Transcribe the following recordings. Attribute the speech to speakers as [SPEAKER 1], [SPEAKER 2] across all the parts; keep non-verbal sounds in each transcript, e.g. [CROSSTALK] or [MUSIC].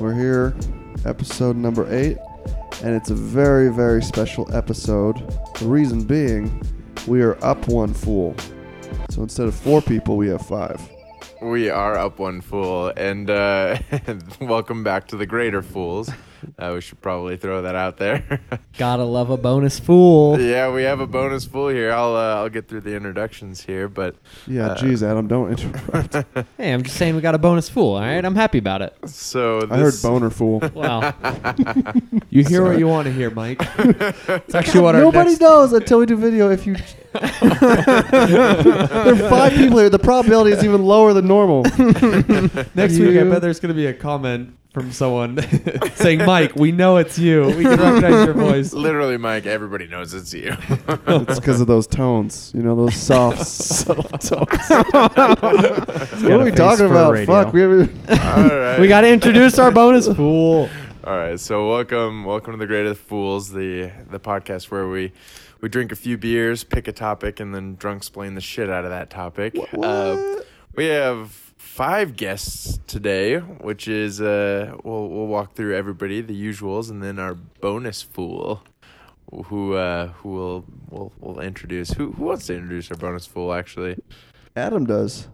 [SPEAKER 1] We're here, episode number eight, and it's a very, very special episode. The reason being, we are up one fool. So instead of four people, we have five.
[SPEAKER 2] We are up one fool, and uh, [LAUGHS] welcome back to the greater fools. Uh, we should probably throw that out there. [LAUGHS]
[SPEAKER 3] Gotta love a bonus fool.
[SPEAKER 2] yeah, we have a bonus fool here. I'll uh, I'll get through the introductions here, but
[SPEAKER 1] Yeah,
[SPEAKER 2] Uh,
[SPEAKER 1] geez, Adam, don't
[SPEAKER 4] [LAUGHS]
[SPEAKER 1] interrupt.
[SPEAKER 2] [LAUGHS]
[SPEAKER 3] Hey, I'm just saying we got a bonus fool. All right, I'm happy about it.
[SPEAKER 2] so this,
[SPEAKER 1] I heard boner
[SPEAKER 2] [LAUGHS]
[SPEAKER 1] fool.
[SPEAKER 3] Wow.
[SPEAKER 4] You hear what you want to
[SPEAKER 5] [LAUGHS]
[SPEAKER 4] hear, Mike.
[SPEAKER 1] [LAUGHS]
[SPEAKER 4] it's [LAUGHS] actually what our
[SPEAKER 1] Nobody
[SPEAKER 4] next,
[SPEAKER 1] knows until we do video if
[SPEAKER 4] [LAUGHS]
[SPEAKER 1] you.
[SPEAKER 3] [LAUGHS]
[SPEAKER 1] there are five people here. The probability is even lower than
[SPEAKER 4] [LAUGHS]
[SPEAKER 1] normal.
[SPEAKER 4] next week. I
[SPEAKER 1] You-
[SPEAKER 4] bet there's gonna be a comment from someone [LAUGHS] saying, "Mike, we know it's you.
[SPEAKER 5] [LAUGHS]
[SPEAKER 4] We can recognize your voice."
[SPEAKER 2] literally, Mike. Everybody knows it's you.
[SPEAKER 1] It's because
[SPEAKER 2] [LAUGHS]
[SPEAKER 1] of those tones, you know, those soft,
[SPEAKER 4] [LAUGHS]
[SPEAKER 1] subtle tones. what are we
[SPEAKER 4] face
[SPEAKER 1] talking
[SPEAKER 4] for
[SPEAKER 1] about?
[SPEAKER 4] radio. Uh,
[SPEAKER 1] Fuck, we
[SPEAKER 4] [LAUGHS]
[SPEAKER 1] haven't.
[SPEAKER 2] [LAUGHS] All right.
[SPEAKER 3] we gotta introduce our bonus
[SPEAKER 2] [LAUGHS]
[SPEAKER 3] fool.
[SPEAKER 2] All right, so welcome, welcome to the Greatest Fools, the the podcast where we we drink a few beers, pick a topic, and then drunk splain the shit out of that topic. Uh, we have five guests today, which is uh, we'll we'll walk through everybody, the usuals, and then our bonus fool, who uh, who will will will introduce. Who who wants to introduce our bonus fool? Actually,
[SPEAKER 1] Adam does.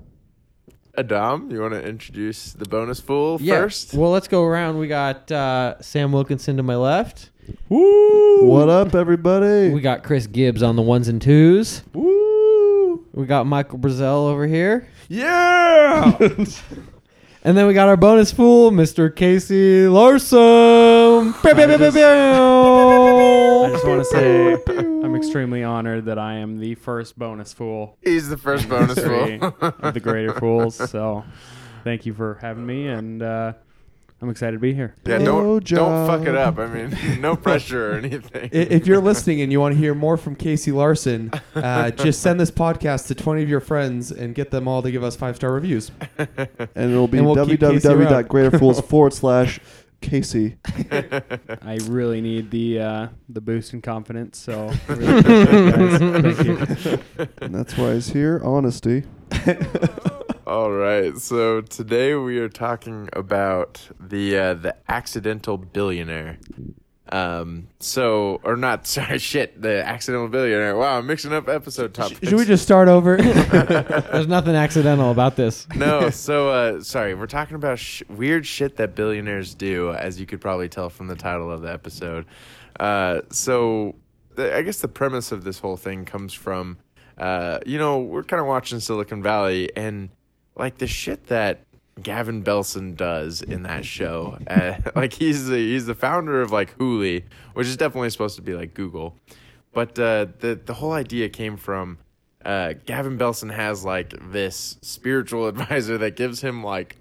[SPEAKER 2] Adam, you want to introduce the bonus fool first?
[SPEAKER 3] Well, let's go around. We got uh, Sam Wilkinson to my left.
[SPEAKER 1] What up, everybody?
[SPEAKER 3] We got Chris Gibbs on the ones and twos.
[SPEAKER 2] Woo!
[SPEAKER 3] We got Michael Brazell over here.
[SPEAKER 1] [LAUGHS]
[SPEAKER 2] Yeah.
[SPEAKER 3] And then we got our bonus fool, Mr. Casey Larson.
[SPEAKER 5] I just want to say I'm extremely honored that I am the first bonus fool
[SPEAKER 2] He's the first
[SPEAKER 5] [LAUGHS]
[SPEAKER 2] bonus
[SPEAKER 5] history
[SPEAKER 2] rule.
[SPEAKER 5] of the greater
[SPEAKER 4] [LAUGHS]
[SPEAKER 5] fools. So thank you for having me, and uh, I'm excited to be here.
[SPEAKER 2] Yeah, don't don't
[SPEAKER 1] Blowjob.
[SPEAKER 2] fuck it up. I mean, [LAUGHS] no pressure or anything.
[SPEAKER 4] I- If you're listening and you want to hear more from Casey Larson, uh, just send this podcast to 20 of your friends and get them all to give us five star reviews.
[SPEAKER 1] and it'll be
[SPEAKER 4] And [LAUGHS] we'll keep Casey around.
[SPEAKER 1] www.greaterfools forward slash Casey.
[SPEAKER 5] I really need the uh, the boost in confidence.
[SPEAKER 4] [LAUGHS]
[SPEAKER 5] So really appreciate it, guys. thank you.
[SPEAKER 1] And that's why he's here. Honesty.
[SPEAKER 2] [LAUGHS] All right, so today we are talking about the uh, the accidental billionaire. Um, so or not? [LAUGHS] Sorry, shit. The accidental billionaire. Wow, I'm mixing up episode topics.
[SPEAKER 4] Should we just start over?
[SPEAKER 3] There's nothing accidental about this.
[SPEAKER 2] [LAUGHS] no, so uh, sorry. We're talking about sh- weird shit that billionaires do, as you could probably tell from the title of the episode. Uh, so the, I guess the premise of this whole thing comes from, uh, you know, we're kind of watching Silicon Valley and like the shit that Gavin Belson does in that show. [LAUGHS] Uh, like he's the, he's the founder of like Hooli, which is definitely supposed to be like Google, but uh, the the whole idea came from uh, Gavin Belson has like this spiritual [LAUGHS] advisor that gives him like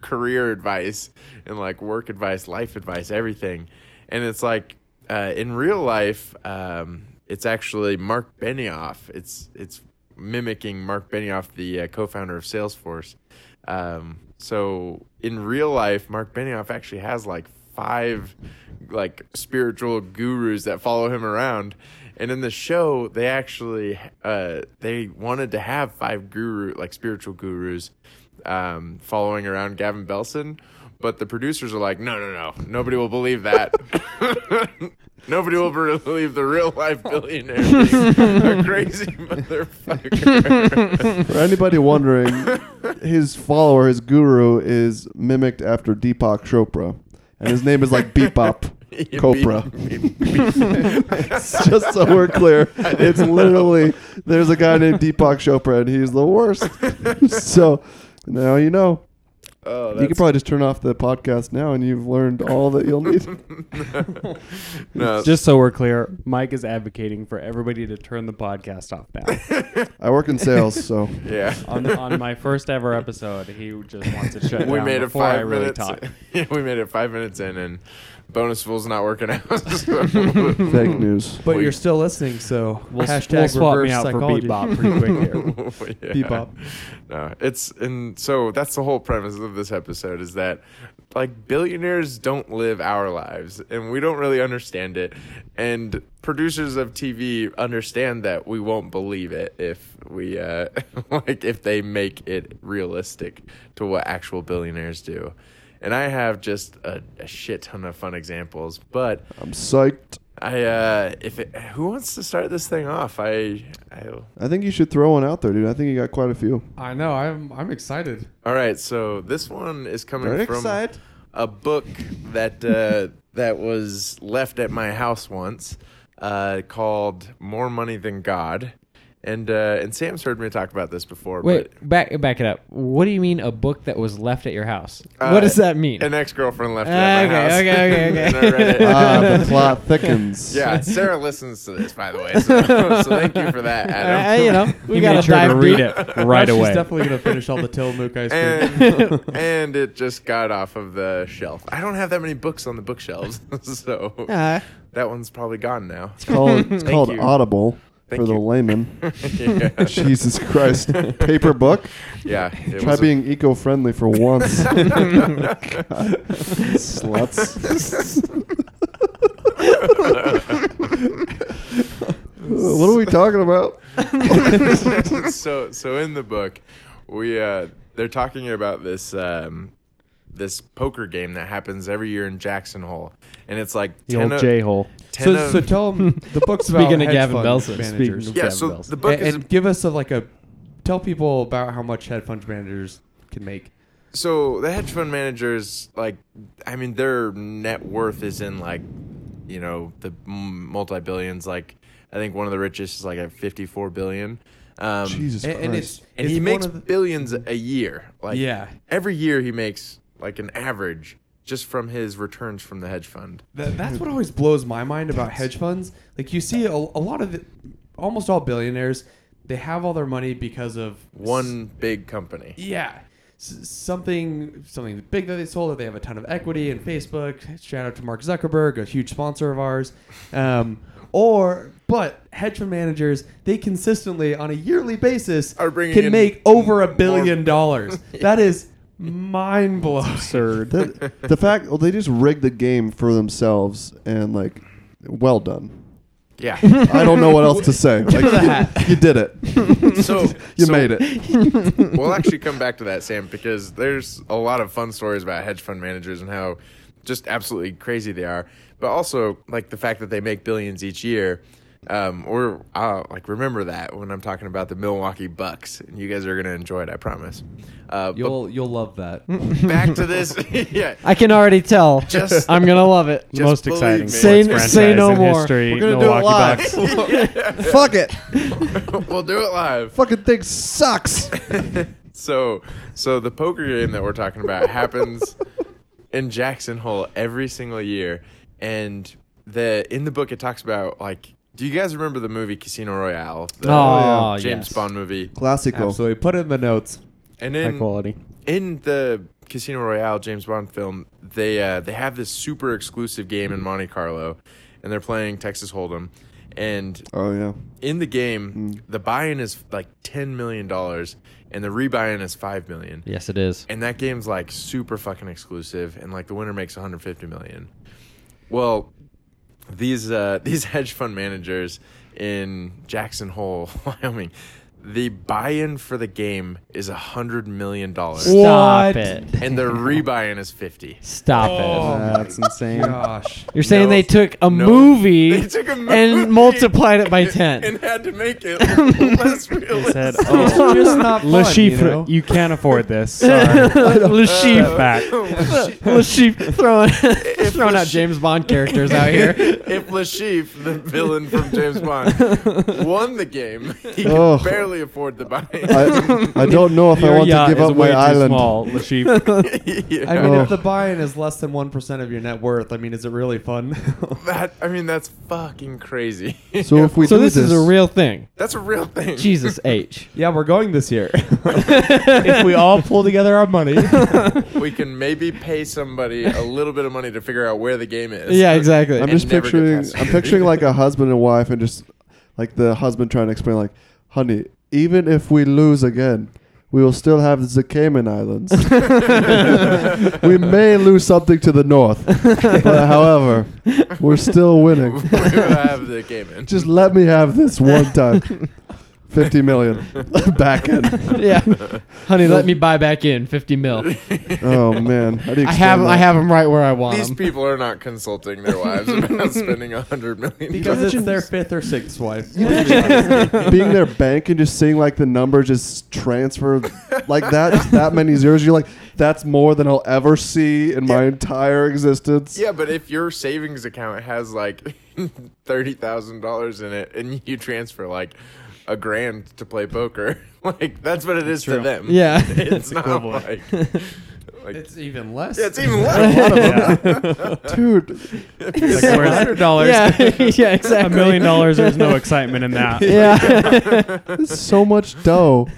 [SPEAKER 2] career advice and like work advice, life advice, everything. And it's like uh, in real life, um, it's actually Mark Benioff. It's it's mimicking Mark Benioff, the uh, co-founder of Salesforce. Um, so in real life, Mark Benioff actually has like five like spiritual gurus that follow him around. And in the show, they actually uh, they wanted to have five guru like spiritual gurus um, following around Gavin Belson. But the producers are like, no, no, no, nobody will believe that. [LAUGHS] nobody will believe the real life billionaire, is a crazy [LAUGHS] motherfucker.
[SPEAKER 1] For anybody wondering, his
[SPEAKER 2] [LAUGHS]
[SPEAKER 1] follower, his guru, is mimicked after Deepak Chopra. And his name is like Beepop Copra. [LAUGHS] Just so we're clear, it's literally there's a guy named Deepak Chopra, and he's the worst. so now you know.
[SPEAKER 2] Oh,
[SPEAKER 1] you could
[SPEAKER 2] that's-
[SPEAKER 1] probably just turn off the podcast now, and you've learned all that you'll need.
[SPEAKER 2] [LAUGHS]
[SPEAKER 5] [LAUGHS]
[SPEAKER 2] no,
[SPEAKER 5] Just so we're clear, Mike is advocating for everybody to turn the podcast off now.
[SPEAKER 1] [LAUGHS] I work in sales, [LAUGHS] so
[SPEAKER 2] [LAUGHS] yeah.
[SPEAKER 5] [LAUGHS] on, on
[SPEAKER 2] [LAUGHS]
[SPEAKER 5] my first ever episode, he just wants to shut
[SPEAKER 2] we
[SPEAKER 5] down
[SPEAKER 2] made it
[SPEAKER 5] before I
[SPEAKER 2] five
[SPEAKER 5] really
[SPEAKER 2] minutes.
[SPEAKER 5] talk.
[SPEAKER 2] [LAUGHS] yeah, we made it five minutes in, and bonus fool's not working out. [LAUGHS] So-
[SPEAKER 1] fake news.
[SPEAKER 4] but
[SPEAKER 2] We-
[SPEAKER 4] you're still listening, so
[SPEAKER 5] We'll,
[SPEAKER 4] hashtag
[SPEAKER 5] we'll swap
[SPEAKER 4] reverse
[SPEAKER 5] me out
[SPEAKER 4] psychology.
[SPEAKER 5] for bebop pretty quick
[SPEAKER 2] [LAUGHS]
[SPEAKER 5] here.
[SPEAKER 4] [LAUGHS]
[SPEAKER 2] Yeah.
[SPEAKER 4] Bebop.
[SPEAKER 2] No, it's and so that's the whole premise of this episode is that like billionaires don't live our lives and we don't really understand it and producers of TV understand that we won't believe it if we uh [LAUGHS] like if they make it realistic to what actual billionaires do. And I have just a, a shit ton of fun examples, but
[SPEAKER 1] I'm psyched.
[SPEAKER 2] I uh, if it, who wants to start this thing off? I, I
[SPEAKER 1] I think you should throw one out there, dude. I think you got quite a few.
[SPEAKER 4] I know. I'm I'm excited.
[SPEAKER 2] all right. So this one is coming
[SPEAKER 1] Very
[SPEAKER 2] from
[SPEAKER 1] excited.
[SPEAKER 2] a book that uh, that was left at my house once uh, called "More Money Than God," and uh, and Sam's heard me talk about this before.
[SPEAKER 5] Wait,
[SPEAKER 2] but
[SPEAKER 5] back back it up. What do you mean a book that was left at your house?
[SPEAKER 2] Uh,
[SPEAKER 5] what does that mean?
[SPEAKER 2] An ex girlfriend left it at my
[SPEAKER 5] Okay,
[SPEAKER 2] house.
[SPEAKER 5] okay, okay, okay.
[SPEAKER 2] [LAUGHS] And
[SPEAKER 5] Uh,
[SPEAKER 2] I
[SPEAKER 5] [LAUGHS]
[SPEAKER 2] read
[SPEAKER 1] [LAUGHS]
[SPEAKER 2] it.
[SPEAKER 1] Ah,
[SPEAKER 2] [LAUGHS]
[SPEAKER 1] the plot [LAUGHS] thickens.
[SPEAKER 2] Yeah, Sarah listens to this, by the way.
[SPEAKER 5] [LAUGHS]
[SPEAKER 2] So, so thank you for that, Adam.
[SPEAKER 5] Uh, you know, we
[SPEAKER 3] You
[SPEAKER 5] gotta
[SPEAKER 3] made sure
[SPEAKER 5] dive
[SPEAKER 3] to read
[SPEAKER 5] deep.
[SPEAKER 3] it right
[SPEAKER 4] She's
[SPEAKER 3] away.
[SPEAKER 4] definitely
[SPEAKER 2] [LAUGHS]
[SPEAKER 4] gonna finish all the Tillamook ice cream.
[SPEAKER 2] and,
[SPEAKER 4] [LAUGHS]
[SPEAKER 2] and it just got off of the shelf. I don't have that many books on the bookshelves, [LAUGHS] so
[SPEAKER 5] Uh,
[SPEAKER 2] that one's probably gone now.
[SPEAKER 1] It's [LAUGHS] called, it's called
[SPEAKER 2] you.
[SPEAKER 1] Audible
[SPEAKER 2] Thank
[SPEAKER 1] for the [LAUGHS]
[SPEAKER 2] you.
[SPEAKER 1] layman.
[SPEAKER 2] [LAUGHS] yeah,
[SPEAKER 1] Jesus Christ. Paper book?
[SPEAKER 2] yeah. It
[SPEAKER 1] Try
[SPEAKER 2] was a-
[SPEAKER 1] being eco friendly for [LAUGHS] once.
[SPEAKER 5] [LAUGHS]
[SPEAKER 1] Sluts. what are we talking about?
[SPEAKER 2] [LAUGHS] so so in the book, we uh, they're talking about this um, this poker game that happens every year in Jackson Hole, and it's like
[SPEAKER 5] the old
[SPEAKER 2] of-
[SPEAKER 5] J hole.
[SPEAKER 2] 10
[SPEAKER 4] So,
[SPEAKER 2] of-
[SPEAKER 4] so tell them the
[SPEAKER 5] [LAUGHS]
[SPEAKER 4] book's about
[SPEAKER 5] Speaking of
[SPEAKER 4] hedge
[SPEAKER 5] Gavin
[SPEAKER 4] fund
[SPEAKER 5] Belson,
[SPEAKER 4] managers.
[SPEAKER 5] speaking of-
[SPEAKER 2] yeah.
[SPEAKER 5] Gavin
[SPEAKER 2] So
[SPEAKER 5] Bells.
[SPEAKER 2] the book
[SPEAKER 4] and,
[SPEAKER 2] is
[SPEAKER 4] and give us a, like a tell people about how much hedge fund managers can make.
[SPEAKER 2] so the hedge fund managers like i mean their net worth is in like you know the m- multi-billions like i think one of the richest is like at 54 billion um
[SPEAKER 1] Jesus
[SPEAKER 4] And,
[SPEAKER 1] Christ.
[SPEAKER 4] and it's
[SPEAKER 2] and
[SPEAKER 4] it's
[SPEAKER 2] he
[SPEAKER 4] one
[SPEAKER 2] makes
[SPEAKER 4] of the-
[SPEAKER 2] billions a year like
[SPEAKER 4] yeah.
[SPEAKER 2] every year he makes like an average just from his returns from the hedge fund
[SPEAKER 4] That, that's what always blows my mind about hedge funds. Like you see a, a lot of, the, almost all billionaires, they have all their money because of
[SPEAKER 2] one big company
[SPEAKER 4] Yeah. S- something something big that they sold or they have a ton of equity in Facebook. Shout out to Mark Zuckerberg, a huge sponsor of ours. Um, or but hedge fund managers, they consistently on a yearly basis
[SPEAKER 2] Are bringing
[SPEAKER 4] can
[SPEAKER 2] in
[SPEAKER 4] make over a
[SPEAKER 2] more- [LAUGHS]
[SPEAKER 4] billion dollars. That is mind blowing.
[SPEAKER 5] Absurd.
[SPEAKER 1] the, the fact, well, they just rigged the game for themselves and, like, well done.
[SPEAKER 4] [LAUGHS]
[SPEAKER 2] yeah
[SPEAKER 1] I don't know what else to [LAUGHS] say. Like,
[SPEAKER 5] her the
[SPEAKER 1] you-
[SPEAKER 5] hat.
[SPEAKER 1] You, did [LAUGHS] it.
[SPEAKER 4] [LAUGHS]
[SPEAKER 2] So-
[SPEAKER 1] you
[SPEAKER 2] so-
[SPEAKER 1] made it.
[SPEAKER 2] [LAUGHS] we'll actually come back to that, Sam, because there's a lot of fun stories about hedge fund managers and how just absolutely crazy they are. But also, like the fact that they make billions each year. Um, or uh, like remember that when I'm talking about the Milwaukee Bucks, and you guys are gonna enjoy it, I promise. Uh, but
[SPEAKER 4] You'll you'll love that.
[SPEAKER 2] back to this, [LAUGHS] yeah.
[SPEAKER 4] [LAUGHS]
[SPEAKER 5] I can already tell.
[SPEAKER 2] Just-
[SPEAKER 5] I'm gonna love it.
[SPEAKER 2] Just
[SPEAKER 5] Most
[SPEAKER 2] believe
[SPEAKER 5] exciting
[SPEAKER 2] me.
[SPEAKER 5] sports
[SPEAKER 2] Say-
[SPEAKER 5] franchise
[SPEAKER 3] say no
[SPEAKER 5] in
[SPEAKER 3] more.
[SPEAKER 5] history.
[SPEAKER 3] We're gonna do it
[SPEAKER 5] Milwaukee
[SPEAKER 3] live.
[SPEAKER 4] [LAUGHS]
[SPEAKER 2] [LAUGHS]
[SPEAKER 5] Bucks.
[SPEAKER 1] Fuck it.
[SPEAKER 2] we'll do it live.
[SPEAKER 1] Fucking thing sucks.
[SPEAKER 2] [LAUGHS] So, so the poker game that [LAUGHS] we're talking about happens in Jackson Hole every single year, and the in the book it talks about like, do you guys remember the movie Casino Royale, the
[SPEAKER 5] Oh, yeah.
[SPEAKER 2] James
[SPEAKER 5] yes.
[SPEAKER 2] Bond movie?
[SPEAKER 1] Classical.
[SPEAKER 4] Absolutely. Put it in the notes.
[SPEAKER 2] And
[SPEAKER 5] High
[SPEAKER 2] in
[SPEAKER 5] quality.
[SPEAKER 2] in the Casino Royale James Bond film, they uh, they have this super exclusive game in Monte Carlo, and they're playing Texas Hold'em, and
[SPEAKER 1] Oh, yeah.
[SPEAKER 2] in the
[SPEAKER 5] Mm.
[SPEAKER 2] game the buy-in is like ten million dollars, and the rebuy-in is five million
[SPEAKER 5] Yes, it is.
[SPEAKER 2] and that game's like super fucking exclusive and like the winner makes 150 million well these uh [LAUGHS] these hedge fund managers in jackson hole [LAUGHS] wyoming the buy-in for the game is a hundred million dollars
[SPEAKER 5] Stop
[SPEAKER 4] What?
[SPEAKER 5] it.
[SPEAKER 2] and the rebuy-in is 50
[SPEAKER 5] Stop
[SPEAKER 4] Oh
[SPEAKER 5] it.
[SPEAKER 4] my
[SPEAKER 5] That's insane.
[SPEAKER 4] Gosh.
[SPEAKER 5] You're saying
[SPEAKER 2] No.
[SPEAKER 5] they took a
[SPEAKER 2] No.
[SPEAKER 5] movie
[SPEAKER 2] They took a movie
[SPEAKER 5] and multiplied it
[SPEAKER 2] [LAUGHS]
[SPEAKER 5] by
[SPEAKER 2] and-
[SPEAKER 5] ten.
[SPEAKER 2] and had to make
[SPEAKER 5] [LAUGHS]
[SPEAKER 2] it less realistic.
[SPEAKER 5] said,
[SPEAKER 4] It's
[SPEAKER 5] "Oh,
[SPEAKER 4] just not fun,
[SPEAKER 5] Le Chiffre,
[SPEAKER 4] you know?
[SPEAKER 5] can't afford
[SPEAKER 4] [LAUGHS]
[SPEAKER 5] this. Sorry. Le Chiffre. Le Chiffre Oh. throwing, [LAUGHS] throwing out James Bond characters out
[SPEAKER 2] [LAUGHS]
[SPEAKER 5] here.
[SPEAKER 2] if Lashif, the villain from James Bond, won the game, he could
[SPEAKER 1] Oh.
[SPEAKER 2] barely afford the buy.
[SPEAKER 1] I, I don't know if I want to give up my island.
[SPEAKER 5] Le
[SPEAKER 4] [LAUGHS]
[SPEAKER 5] Chiffre.
[SPEAKER 2] [LAUGHS] yeah.
[SPEAKER 4] I mean,
[SPEAKER 1] Oh.
[SPEAKER 4] if the
[SPEAKER 5] [LAUGHS]
[SPEAKER 4] buy-in is less than one percent of your net worth, I mean, is it really fun? [LAUGHS]
[SPEAKER 2] that I mean that's fucking crazy.
[SPEAKER 1] So if we
[SPEAKER 5] so
[SPEAKER 1] do
[SPEAKER 5] this is a real thing.
[SPEAKER 2] [LAUGHS] that's a real thing.
[SPEAKER 5] Jesus H. [LAUGHS]
[SPEAKER 4] yeah, we're going this year. if we all pull together our money,
[SPEAKER 2] [LAUGHS] We can maybe pay somebody a little bit of money to figure out where the game is.
[SPEAKER 5] Yeah, exactly.
[SPEAKER 1] I'm
[SPEAKER 2] and
[SPEAKER 1] just
[SPEAKER 2] never get
[SPEAKER 1] picturing.
[SPEAKER 2] past
[SPEAKER 1] I'm
[SPEAKER 2] it.
[SPEAKER 1] picturing like
[SPEAKER 2] [LAUGHS]
[SPEAKER 1] a husband and wife, and just like the husband trying to explain, like, "Honey, even if we lose again, we will still have the Cayman
[SPEAKER 2] [LAUGHS]
[SPEAKER 1] Islands. [LAUGHS] we may lose something to the north,
[SPEAKER 2] [LAUGHS]
[SPEAKER 1] but
[SPEAKER 5] [LAUGHS]
[SPEAKER 1] however, we're still winning. [LAUGHS]
[SPEAKER 2] We're gonna have the game in.
[SPEAKER 1] Just let me have this one time. 50 million [LAUGHS] back
[SPEAKER 2] [LAUGHS]
[SPEAKER 1] in.
[SPEAKER 5] yeah, honey, let me buy back in fifty mil.
[SPEAKER 1] [LAUGHS] Oh man, How do you
[SPEAKER 5] I have
[SPEAKER 1] explain
[SPEAKER 5] I
[SPEAKER 1] that?
[SPEAKER 5] have them right where I want
[SPEAKER 2] These
[SPEAKER 5] them. [LAUGHS]
[SPEAKER 2] people are not consulting their wives about spending a hundred million.
[SPEAKER 4] [LAUGHS] because
[SPEAKER 2] dollars.
[SPEAKER 4] it's their fifth or sixth wife. [LAUGHS]
[SPEAKER 1] being their bank and just seeing like the number just transfer like that just that many zeros you're like that's more than i'll ever see in my entire existence
[SPEAKER 2] Yeah, but if your savings account has like [LAUGHS] thirty thousand dollars in it, and you transfer like a grand to play poker, [LAUGHS] like that's what it is to them.
[SPEAKER 5] Yeah.
[SPEAKER 2] [LAUGHS] it's not like, like
[SPEAKER 5] [LAUGHS]
[SPEAKER 2] it's,
[SPEAKER 4] it's
[SPEAKER 2] [LAUGHS]
[SPEAKER 4] even less.
[SPEAKER 2] it's even less. [LAUGHS]
[SPEAKER 4] [LAUGHS]
[SPEAKER 1] dude
[SPEAKER 6] It's like, where's-
[SPEAKER 5] $100. Yeah, [LAUGHS] yeah,
[SPEAKER 6] a
[SPEAKER 5] exactly.
[SPEAKER 6] million dollars, there's no excitement in that.
[SPEAKER 5] Yeah,
[SPEAKER 1] it's so much
[SPEAKER 5] [LAUGHS]
[SPEAKER 1] dough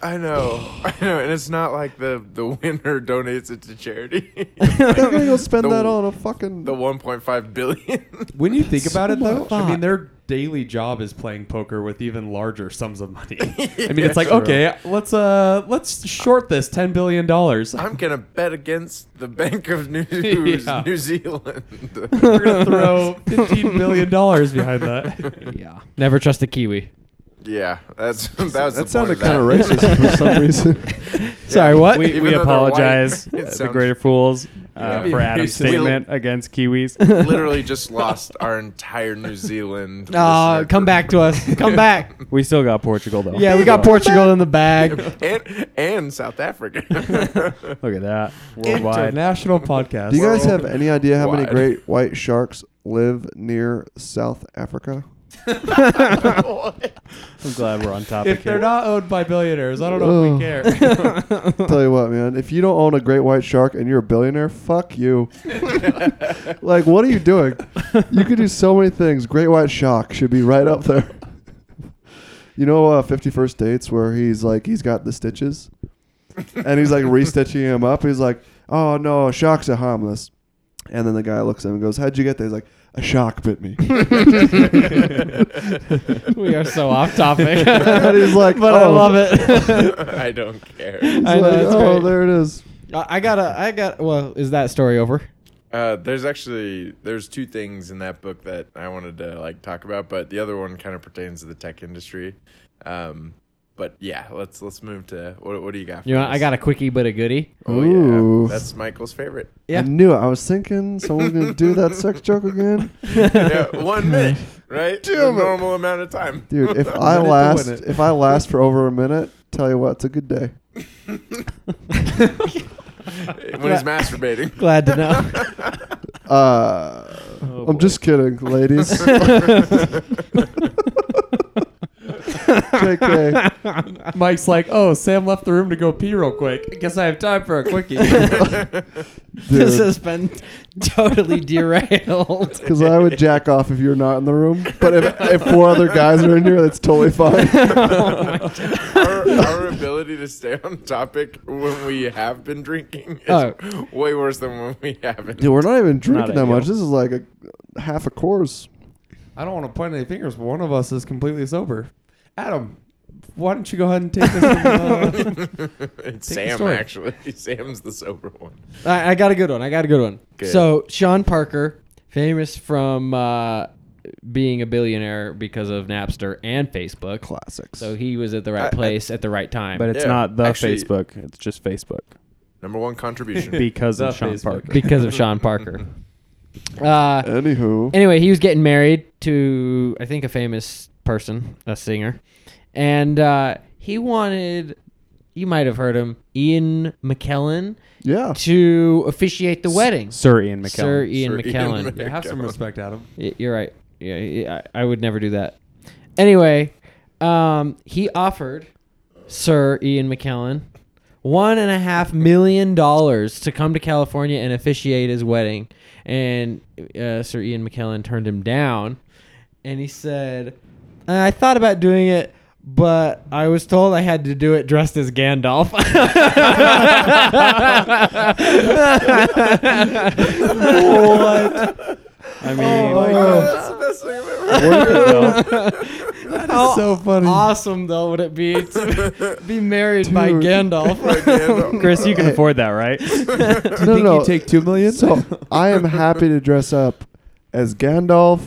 [SPEAKER 2] I know, I know, and it's not like the the winner [LAUGHS] donates it to charity. [LAUGHS]
[SPEAKER 1] they're gonna go spend
[SPEAKER 2] The-
[SPEAKER 1] that on a fucking
[SPEAKER 2] the one point five billion.
[SPEAKER 4] When you think about it, though, I
[SPEAKER 5] thought.
[SPEAKER 4] mean, their daily job is playing poker with even larger sums of money. I mean, it's like okay, let's uh, let's short this ten billion dollars.
[SPEAKER 2] I'm gonna bet against the Bank of New New Zealand.
[SPEAKER 4] [LAUGHS] We're
[SPEAKER 2] [LAUGHS]
[SPEAKER 4] gonna throw fifteen million dollars behind that.
[SPEAKER 5] yeah. Never trust a kiwi.
[SPEAKER 2] yeah, that's that was the
[SPEAKER 1] that sounded
[SPEAKER 2] point
[SPEAKER 1] kind of
[SPEAKER 2] of that.
[SPEAKER 1] racist for
[SPEAKER 5] [LAUGHS]
[SPEAKER 1] some
[SPEAKER 2] [LAUGHS]
[SPEAKER 1] reason
[SPEAKER 5] Sorry, what?
[SPEAKER 6] We,
[SPEAKER 5] [LAUGHS]
[SPEAKER 2] Even
[SPEAKER 6] we
[SPEAKER 2] though they're white,
[SPEAKER 6] apologize,
[SPEAKER 2] it
[SPEAKER 6] uh, the
[SPEAKER 2] sounds-
[SPEAKER 6] Greater Fools,
[SPEAKER 2] [LAUGHS] Yeah.
[SPEAKER 6] uh, for Adam's
[SPEAKER 2] We'll-
[SPEAKER 6] statement
[SPEAKER 4] [LAUGHS]
[SPEAKER 6] against Kiwis.
[SPEAKER 2] Literally just lost our entire New Zealand.
[SPEAKER 5] [LAUGHS] Aw,
[SPEAKER 2] listener
[SPEAKER 5] come
[SPEAKER 2] group.
[SPEAKER 5] back to us. Come back.
[SPEAKER 6] we still got Portugal though.
[SPEAKER 5] Yeah, we got Portugal in
[SPEAKER 2] [LAUGHS]
[SPEAKER 5] the bag. [LAUGHS]
[SPEAKER 2] and and South
[SPEAKER 4] [LAUGHS]
[SPEAKER 2] Africa. [LAUGHS]
[SPEAKER 6] Look at that worldwide.
[SPEAKER 4] International podcast.
[SPEAKER 1] do you guys have any idea how many
[SPEAKER 2] Worldwide.
[SPEAKER 1] great white sharks live near south africa
[SPEAKER 6] I'm glad we're on topic
[SPEAKER 4] if they're
[SPEAKER 6] here.
[SPEAKER 4] not owned by billionaires, I don't know if we care.
[SPEAKER 1] Tell you what, man. If you don't own a great white shark and you're a billionaire, fuck you. like, what are you doing? You could do so many things. Great white shark should be right up there. you know, uh, Fifty First Dates, where he's like, he's got the stitches, and he's like restitching him up. He's like, oh no, sharks are harmless. And then the guy looks at him and goes, "How'd you get there?" He's like, "A shark bit
[SPEAKER 5] [LAUGHS]
[SPEAKER 1] me."
[SPEAKER 5] we are so off topic.
[SPEAKER 1] And he's like,
[SPEAKER 5] but I
[SPEAKER 1] "Oh."
[SPEAKER 5] love it.
[SPEAKER 2] I don't care.
[SPEAKER 1] He's
[SPEAKER 5] I know,
[SPEAKER 1] like,
[SPEAKER 5] it's
[SPEAKER 1] oh,
[SPEAKER 5] great.
[SPEAKER 1] there it is.
[SPEAKER 5] I I got a, I got. Well, is that story over?
[SPEAKER 2] Uh, there's actually there's two things in that book that I wanted to like talk about, but the other one kind of pertains to the tech industry. Um, but yeah, let's let's move to what, what do you got? For
[SPEAKER 5] You know, I
[SPEAKER 2] us?
[SPEAKER 5] got a quickie but a goodie. [LAUGHS]
[SPEAKER 2] Oh
[SPEAKER 1] Ooh.
[SPEAKER 2] yeah, that's Michael's favorite.
[SPEAKER 5] Yeah.
[SPEAKER 1] I knew it. I was thinking someone's gonna do that sex joke
[SPEAKER 5] [LAUGHS]
[SPEAKER 1] again.
[SPEAKER 2] yeah, one minute, right? the normal amount of time.
[SPEAKER 4] [LAUGHS]
[SPEAKER 1] Dude,
[SPEAKER 2] [LAUGHS]
[SPEAKER 1] if I
[SPEAKER 4] doing
[SPEAKER 1] last
[SPEAKER 4] it.
[SPEAKER 1] if I last for over a minute, tell you what, it's a good day.
[SPEAKER 2] when he's masturbating.
[SPEAKER 5] Glad to know.
[SPEAKER 1] Uh,
[SPEAKER 6] Oh,
[SPEAKER 1] I'm
[SPEAKER 6] boy.
[SPEAKER 1] just kidding, ladies. JK.
[SPEAKER 4] Mike's like, oh, Sam left the room to go pee real quick. I guess I have time for a
[SPEAKER 5] [LAUGHS]
[SPEAKER 4] quickie. [LAUGHS]
[SPEAKER 1] [LAUGHS]
[SPEAKER 2] [LAUGHS]
[SPEAKER 5] this
[SPEAKER 1] Dude.
[SPEAKER 5] has been totally derailed.
[SPEAKER 1] Because I would jack off if you're not in the room, but
[SPEAKER 2] [LAUGHS]
[SPEAKER 1] if, if four other guys are in here, that's totally [LAUGHS] fine.
[SPEAKER 2] our, our ability to stay on topic when we have been drinking is
[SPEAKER 5] Oh.
[SPEAKER 2] way worse than when we haven't.
[SPEAKER 1] Dude, we're
[SPEAKER 2] [LAUGHS]
[SPEAKER 1] not even drinking that
[SPEAKER 6] ideal.
[SPEAKER 1] much. This is like a half a course.
[SPEAKER 4] I don't want to point any fingers, but one of us is completely sober. Adam, why don't you go ahead and take
[SPEAKER 2] [LAUGHS]
[SPEAKER 4] this? [LAUGHS] and, uh,
[SPEAKER 2] it's
[SPEAKER 4] the
[SPEAKER 2] Sam
[SPEAKER 4] story.
[SPEAKER 2] actually. [LAUGHS] Sam's the sober one.
[SPEAKER 5] I, I got a good one. I got a good one.
[SPEAKER 2] Good.
[SPEAKER 5] So Sean Parker, famous from uh, being a billionaire because of Napster and Facebook.
[SPEAKER 1] Classics.
[SPEAKER 5] So he was at the right
[SPEAKER 2] I- I-
[SPEAKER 5] place at the right time.
[SPEAKER 6] But it's
[SPEAKER 2] Yeah,
[SPEAKER 6] not the
[SPEAKER 2] actually-
[SPEAKER 6] Facebook. It's
[SPEAKER 2] [LAUGHS]
[SPEAKER 6] just Facebook
[SPEAKER 2] Number one contribution.
[SPEAKER 6] because
[SPEAKER 4] The
[SPEAKER 6] of Sean
[SPEAKER 4] Facebook.
[SPEAKER 5] [LAUGHS]
[SPEAKER 6] Parker.
[SPEAKER 5] because of
[SPEAKER 2] [LAUGHS]
[SPEAKER 5] Sean Parker. Uh,
[SPEAKER 1] Anywho,
[SPEAKER 5] anyway, he was getting married to I think a famous person, a singer, and uh, he wanted. You might have heard him, Ian McKellen,
[SPEAKER 1] yeah.
[SPEAKER 5] to officiate the wedding.
[SPEAKER 6] Sir Ian McKellen.
[SPEAKER 5] Sir Ian
[SPEAKER 2] Sir Ian
[SPEAKER 5] McKellen.
[SPEAKER 2] Mc-
[SPEAKER 4] yeah, have some respect, Adam.
[SPEAKER 5] Y- You're right. Yeah, y- I I would never do that. Anyway, um, he offered Sir Ian McKellen one and a half million dollars to come to California and officiate his wedding, and uh, Sir Ian McKellen turned him down, and he said, "Uh, "I thought about doing it." But I was told I had to do it dressed as Gandalf. [LAUGHS]
[SPEAKER 2] [LAUGHS] Oh,
[SPEAKER 6] I mean,
[SPEAKER 2] That's the best thing I've ever heard.
[SPEAKER 6] worth it, though.
[SPEAKER 5] How
[SPEAKER 4] so funny.
[SPEAKER 5] Awesome though would it
[SPEAKER 2] [LAUGHS]
[SPEAKER 5] be to be married by
[SPEAKER 1] Dude.
[SPEAKER 5] Gandalf? [LAUGHS]
[SPEAKER 2] Gandalf. [LAUGHS]
[SPEAKER 6] Chris, you can
[SPEAKER 1] Hey.
[SPEAKER 6] afford that, right?
[SPEAKER 4] [LAUGHS]
[SPEAKER 1] No, no,
[SPEAKER 4] think
[SPEAKER 1] no.
[SPEAKER 4] you take two million? [LAUGHS]
[SPEAKER 1] So I am happy to dress up
[SPEAKER 4] [LAUGHS]
[SPEAKER 1] as Gandalf,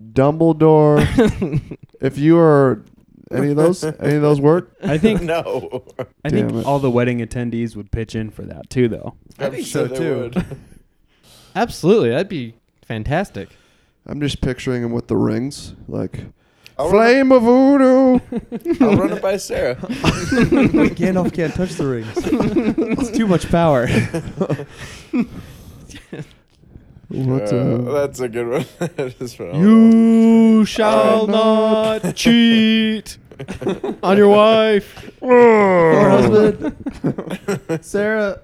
[SPEAKER 1] Dumbledore. if you are Any of those? Any of those work?
[SPEAKER 5] [LAUGHS]
[SPEAKER 6] I think
[SPEAKER 2] no.
[SPEAKER 6] I think
[SPEAKER 1] Damn it.
[SPEAKER 6] all the wedding attendees would pitch in for that too, though.
[SPEAKER 2] I'm
[SPEAKER 4] think
[SPEAKER 2] sure
[SPEAKER 4] so,
[SPEAKER 2] they
[SPEAKER 4] too.
[SPEAKER 2] would.
[SPEAKER 5] Absolutely, that'd be fantastic.
[SPEAKER 1] I'm just piguring him with the rings, like
[SPEAKER 2] [LAUGHS] I'll run it-
[SPEAKER 1] flame of voodoo.
[SPEAKER 2] I'll run it by
[SPEAKER 5] [LAUGHS]
[SPEAKER 2] Sarah.
[SPEAKER 4] Gandalf can't touch the rings. it's too much
[SPEAKER 5] [LAUGHS]
[SPEAKER 4] power.
[SPEAKER 1] What
[SPEAKER 2] Uh,
[SPEAKER 1] the-
[SPEAKER 2] that's a good one. [LAUGHS] That is phenomenal.
[SPEAKER 5] You
[SPEAKER 1] shall
[SPEAKER 5] shall
[SPEAKER 1] not
[SPEAKER 2] [LAUGHS]
[SPEAKER 5] not cheat on your wife. [LAUGHS]
[SPEAKER 4] Or
[SPEAKER 2] [LAUGHS]
[SPEAKER 4] husband. Sarah.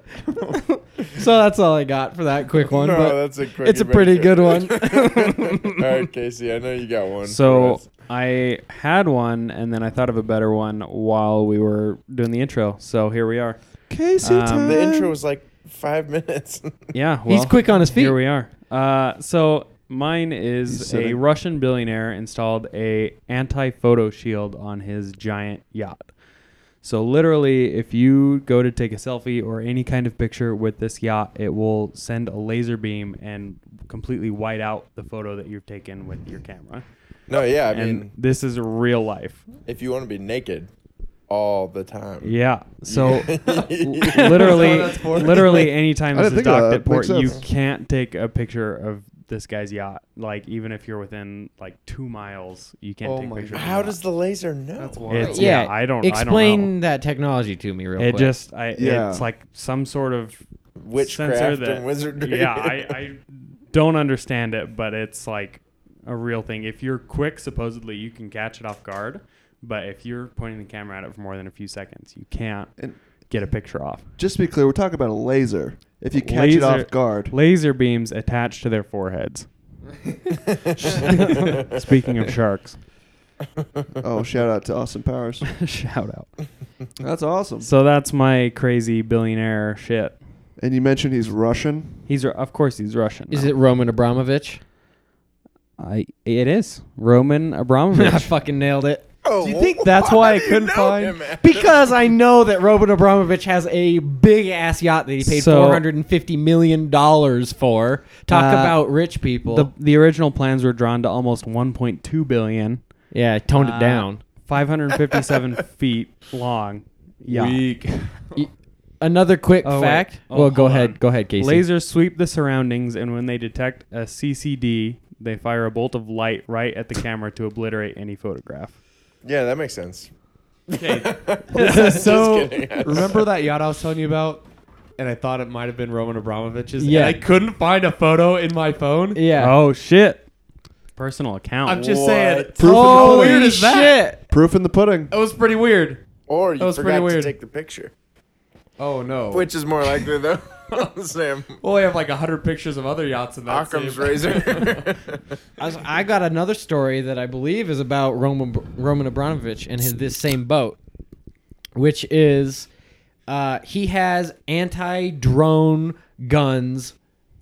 [SPEAKER 5] So that's all I got for that quick one.
[SPEAKER 2] no,
[SPEAKER 5] but
[SPEAKER 2] that's a quick
[SPEAKER 5] it's a
[SPEAKER 2] [LAUGHS]
[SPEAKER 5] pretty good
[SPEAKER 2] adventure.
[SPEAKER 5] one.
[SPEAKER 2] All right, Casey, I know you got one.
[SPEAKER 6] So
[SPEAKER 2] for us.
[SPEAKER 6] I had one, and then I thought of a better one while we were doing the intro. So here we are.
[SPEAKER 1] Casey
[SPEAKER 6] um,
[SPEAKER 1] time.
[SPEAKER 6] The
[SPEAKER 2] the intro was like five minutes.
[SPEAKER 6] Yeah, well,
[SPEAKER 5] He's quick on his feet.
[SPEAKER 6] Here we are. Uh, so mine
[SPEAKER 1] He's
[SPEAKER 6] is a
[SPEAKER 1] sitting.
[SPEAKER 6] Russian billionaire installed a anti-photo shield on his giant yacht. So literally, if you go to take a selfie or any kind of picture with this yacht, it will send a laser beam and completely white out the photo that you've taken with your camera.
[SPEAKER 2] [LAUGHS] no, yeah, I
[SPEAKER 6] and
[SPEAKER 2] mean,
[SPEAKER 6] this is real life.
[SPEAKER 2] if you want to be naked all the time,
[SPEAKER 6] Yeah.
[SPEAKER 2] [LAUGHS]
[SPEAKER 6] So uh,
[SPEAKER 2] yeah.
[SPEAKER 6] [LAUGHS] literally,
[SPEAKER 4] That's what that's for.
[SPEAKER 2] [LAUGHS]
[SPEAKER 6] literally, anytime
[SPEAKER 1] I
[SPEAKER 6] this
[SPEAKER 1] didn't
[SPEAKER 6] is
[SPEAKER 1] think of
[SPEAKER 6] docked
[SPEAKER 1] that.
[SPEAKER 6] at port,
[SPEAKER 1] Makes
[SPEAKER 6] you
[SPEAKER 1] sense.
[SPEAKER 6] can't take a picture of this guy's yacht. Like even if you're within like two miles, you can't
[SPEAKER 4] Oh
[SPEAKER 6] take
[SPEAKER 4] my
[SPEAKER 6] [LAUGHS] pictures. of
[SPEAKER 2] How
[SPEAKER 6] the
[SPEAKER 2] does the laser know?
[SPEAKER 4] That's
[SPEAKER 6] yacht.
[SPEAKER 4] wild.
[SPEAKER 6] It's,
[SPEAKER 5] Yeah,
[SPEAKER 6] yeah, I don't.
[SPEAKER 5] Explain
[SPEAKER 6] I don't know.
[SPEAKER 5] that technology to me real
[SPEAKER 6] It
[SPEAKER 5] quick.
[SPEAKER 6] just, [LAUGHS] I,
[SPEAKER 1] Yeah.
[SPEAKER 6] it's like some sort of sensor
[SPEAKER 2] Witchcraft
[SPEAKER 6] that,
[SPEAKER 2] and wizardry.
[SPEAKER 6] Yeah,
[SPEAKER 2] [LAUGHS]
[SPEAKER 6] I, I don't understand it, but it's like a real thing. If you're quick, supposedly you can catch it off guard, but if you're pointing the camera at it for more than a few seconds, you can't
[SPEAKER 1] And-
[SPEAKER 6] get a picture off.
[SPEAKER 1] Just to be clear, we're talking about a laser. If you catch it
[SPEAKER 6] Laser-
[SPEAKER 1] off guard,
[SPEAKER 6] Laser beams attached to their foreheads.
[SPEAKER 4] [LAUGHS]
[SPEAKER 6] Speaking of sharks,
[SPEAKER 1] oh, shout out to Austin
[SPEAKER 4] [LAUGHS]
[SPEAKER 1] Powers.
[SPEAKER 6] shout out.
[SPEAKER 1] That's awesome.
[SPEAKER 6] So that's my crazy billionaire shit.
[SPEAKER 1] And you mentioned he's Russian.
[SPEAKER 6] He's Ru- of course he's Russian.
[SPEAKER 5] is it Roman Abramovich?
[SPEAKER 6] I it is Roman [LAUGHS]
[SPEAKER 5] I
[SPEAKER 6] Abramovich.
[SPEAKER 5] fucking nailed it.
[SPEAKER 2] Oh,
[SPEAKER 5] Do you think
[SPEAKER 2] wh-
[SPEAKER 5] that's
[SPEAKER 2] how
[SPEAKER 5] why I
[SPEAKER 2] do you
[SPEAKER 5] couldn't
[SPEAKER 2] know
[SPEAKER 5] find-
[SPEAKER 2] him, Adam?
[SPEAKER 5] [LAUGHS] Because I know that Roman Abramovich has a big ass yacht that he paid
[SPEAKER 6] So-
[SPEAKER 5] four hundred and fifty million dollars for. Talk
[SPEAKER 6] Uh,
[SPEAKER 5] about rich people.
[SPEAKER 6] the the original plans were drawn to almost 1.2 billion,
[SPEAKER 5] yeah, I toned
[SPEAKER 6] Uh,
[SPEAKER 5] it down.
[SPEAKER 6] [LAUGHS] 557 feet long. Yeah.
[SPEAKER 5] Another quick
[SPEAKER 6] Oh, wait.
[SPEAKER 5] fact.
[SPEAKER 6] Oh,
[SPEAKER 5] well, go
[SPEAKER 6] hold
[SPEAKER 5] ahead.
[SPEAKER 6] on.
[SPEAKER 5] Go ahead, Casey.
[SPEAKER 6] Lasers sweep the surroundings, and when they detect a CCD, they fire a bolt of light right at the camera to obliterate any photograph.
[SPEAKER 2] [LAUGHS] Yeah, that makes sense. [LAUGHS]
[SPEAKER 6] [LAUGHS]
[SPEAKER 4] This is so.
[SPEAKER 2] Just kidding.
[SPEAKER 4] Remember that yacht I was telling you about? And I thought it might have been Roman Abramovich's. Yeah.
[SPEAKER 5] Yeah.
[SPEAKER 4] And I couldn't find a photo in my phone.
[SPEAKER 5] Yeah.
[SPEAKER 6] Oh shit! Personal account.
[SPEAKER 4] I'm just
[SPEAKER 2] What?
[SPEAKER 4] saying.
[SPEAKER 2] Proof
[SPEAKER 4] how
[SPEAKER 5] Holy
[SPEAKER 4] weird is that?
[SPEAKER 5] shit.
[SPEAKER 1] Proof in the
[SPEAKER 4] [LAUGHS]
[SPEAKER 1] pudding.
[SPEAKER 4] That was pretty weird.
[SPEAKER 2] [LAUGHS] Or
[SPEAKER 4] That
[SPEAKER 2] you
[SPEAKER 4] was
[SPEAKER 2] forgot
[SPEAKER 4] pretty
[SPEAKER 2] to
[SPEAKER 4] weird.
[SPEAKER 2] take the picture,
[SPEAKER 4] Oh no.
[SPEAKER 2] which is more likely though. [LAUGHS] Sam,
[SPEAKER 4] well, we have like hundred pictures of other yachts in that.
[SPEAKER 2] Occam's
[SPEAKER 4] same- [LAUGHS]
[SPEAKER 2] razor. [LAUGHS]
[SPEAKER 5] I, was- I got another story that I believe is about Roman Roman Abramovich and his this same boat, which is uh, he has anti drone guns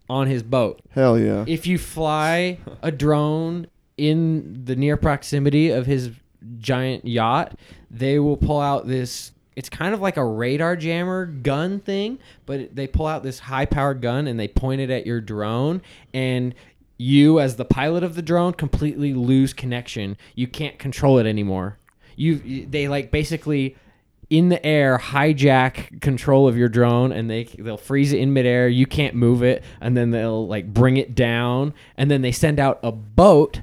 [SPEAKER 5] on his boat.
[SPEAKER 1] Hell yeah.
[SPEAKER 5] If you fly a drone in the near proximity of his giant yacht, they will pull out this. It's kind of like a radar jammer gun thing, but they pull out this high powered gun and they point it at your drone. And you, as the pilot of the drone, completely lose connection. You can't control it anymore. You, you- they like basically in the air hijack control of your drone and they they'll freeze it in midair you can't move it and then they'll like bring it down and then they send out a boat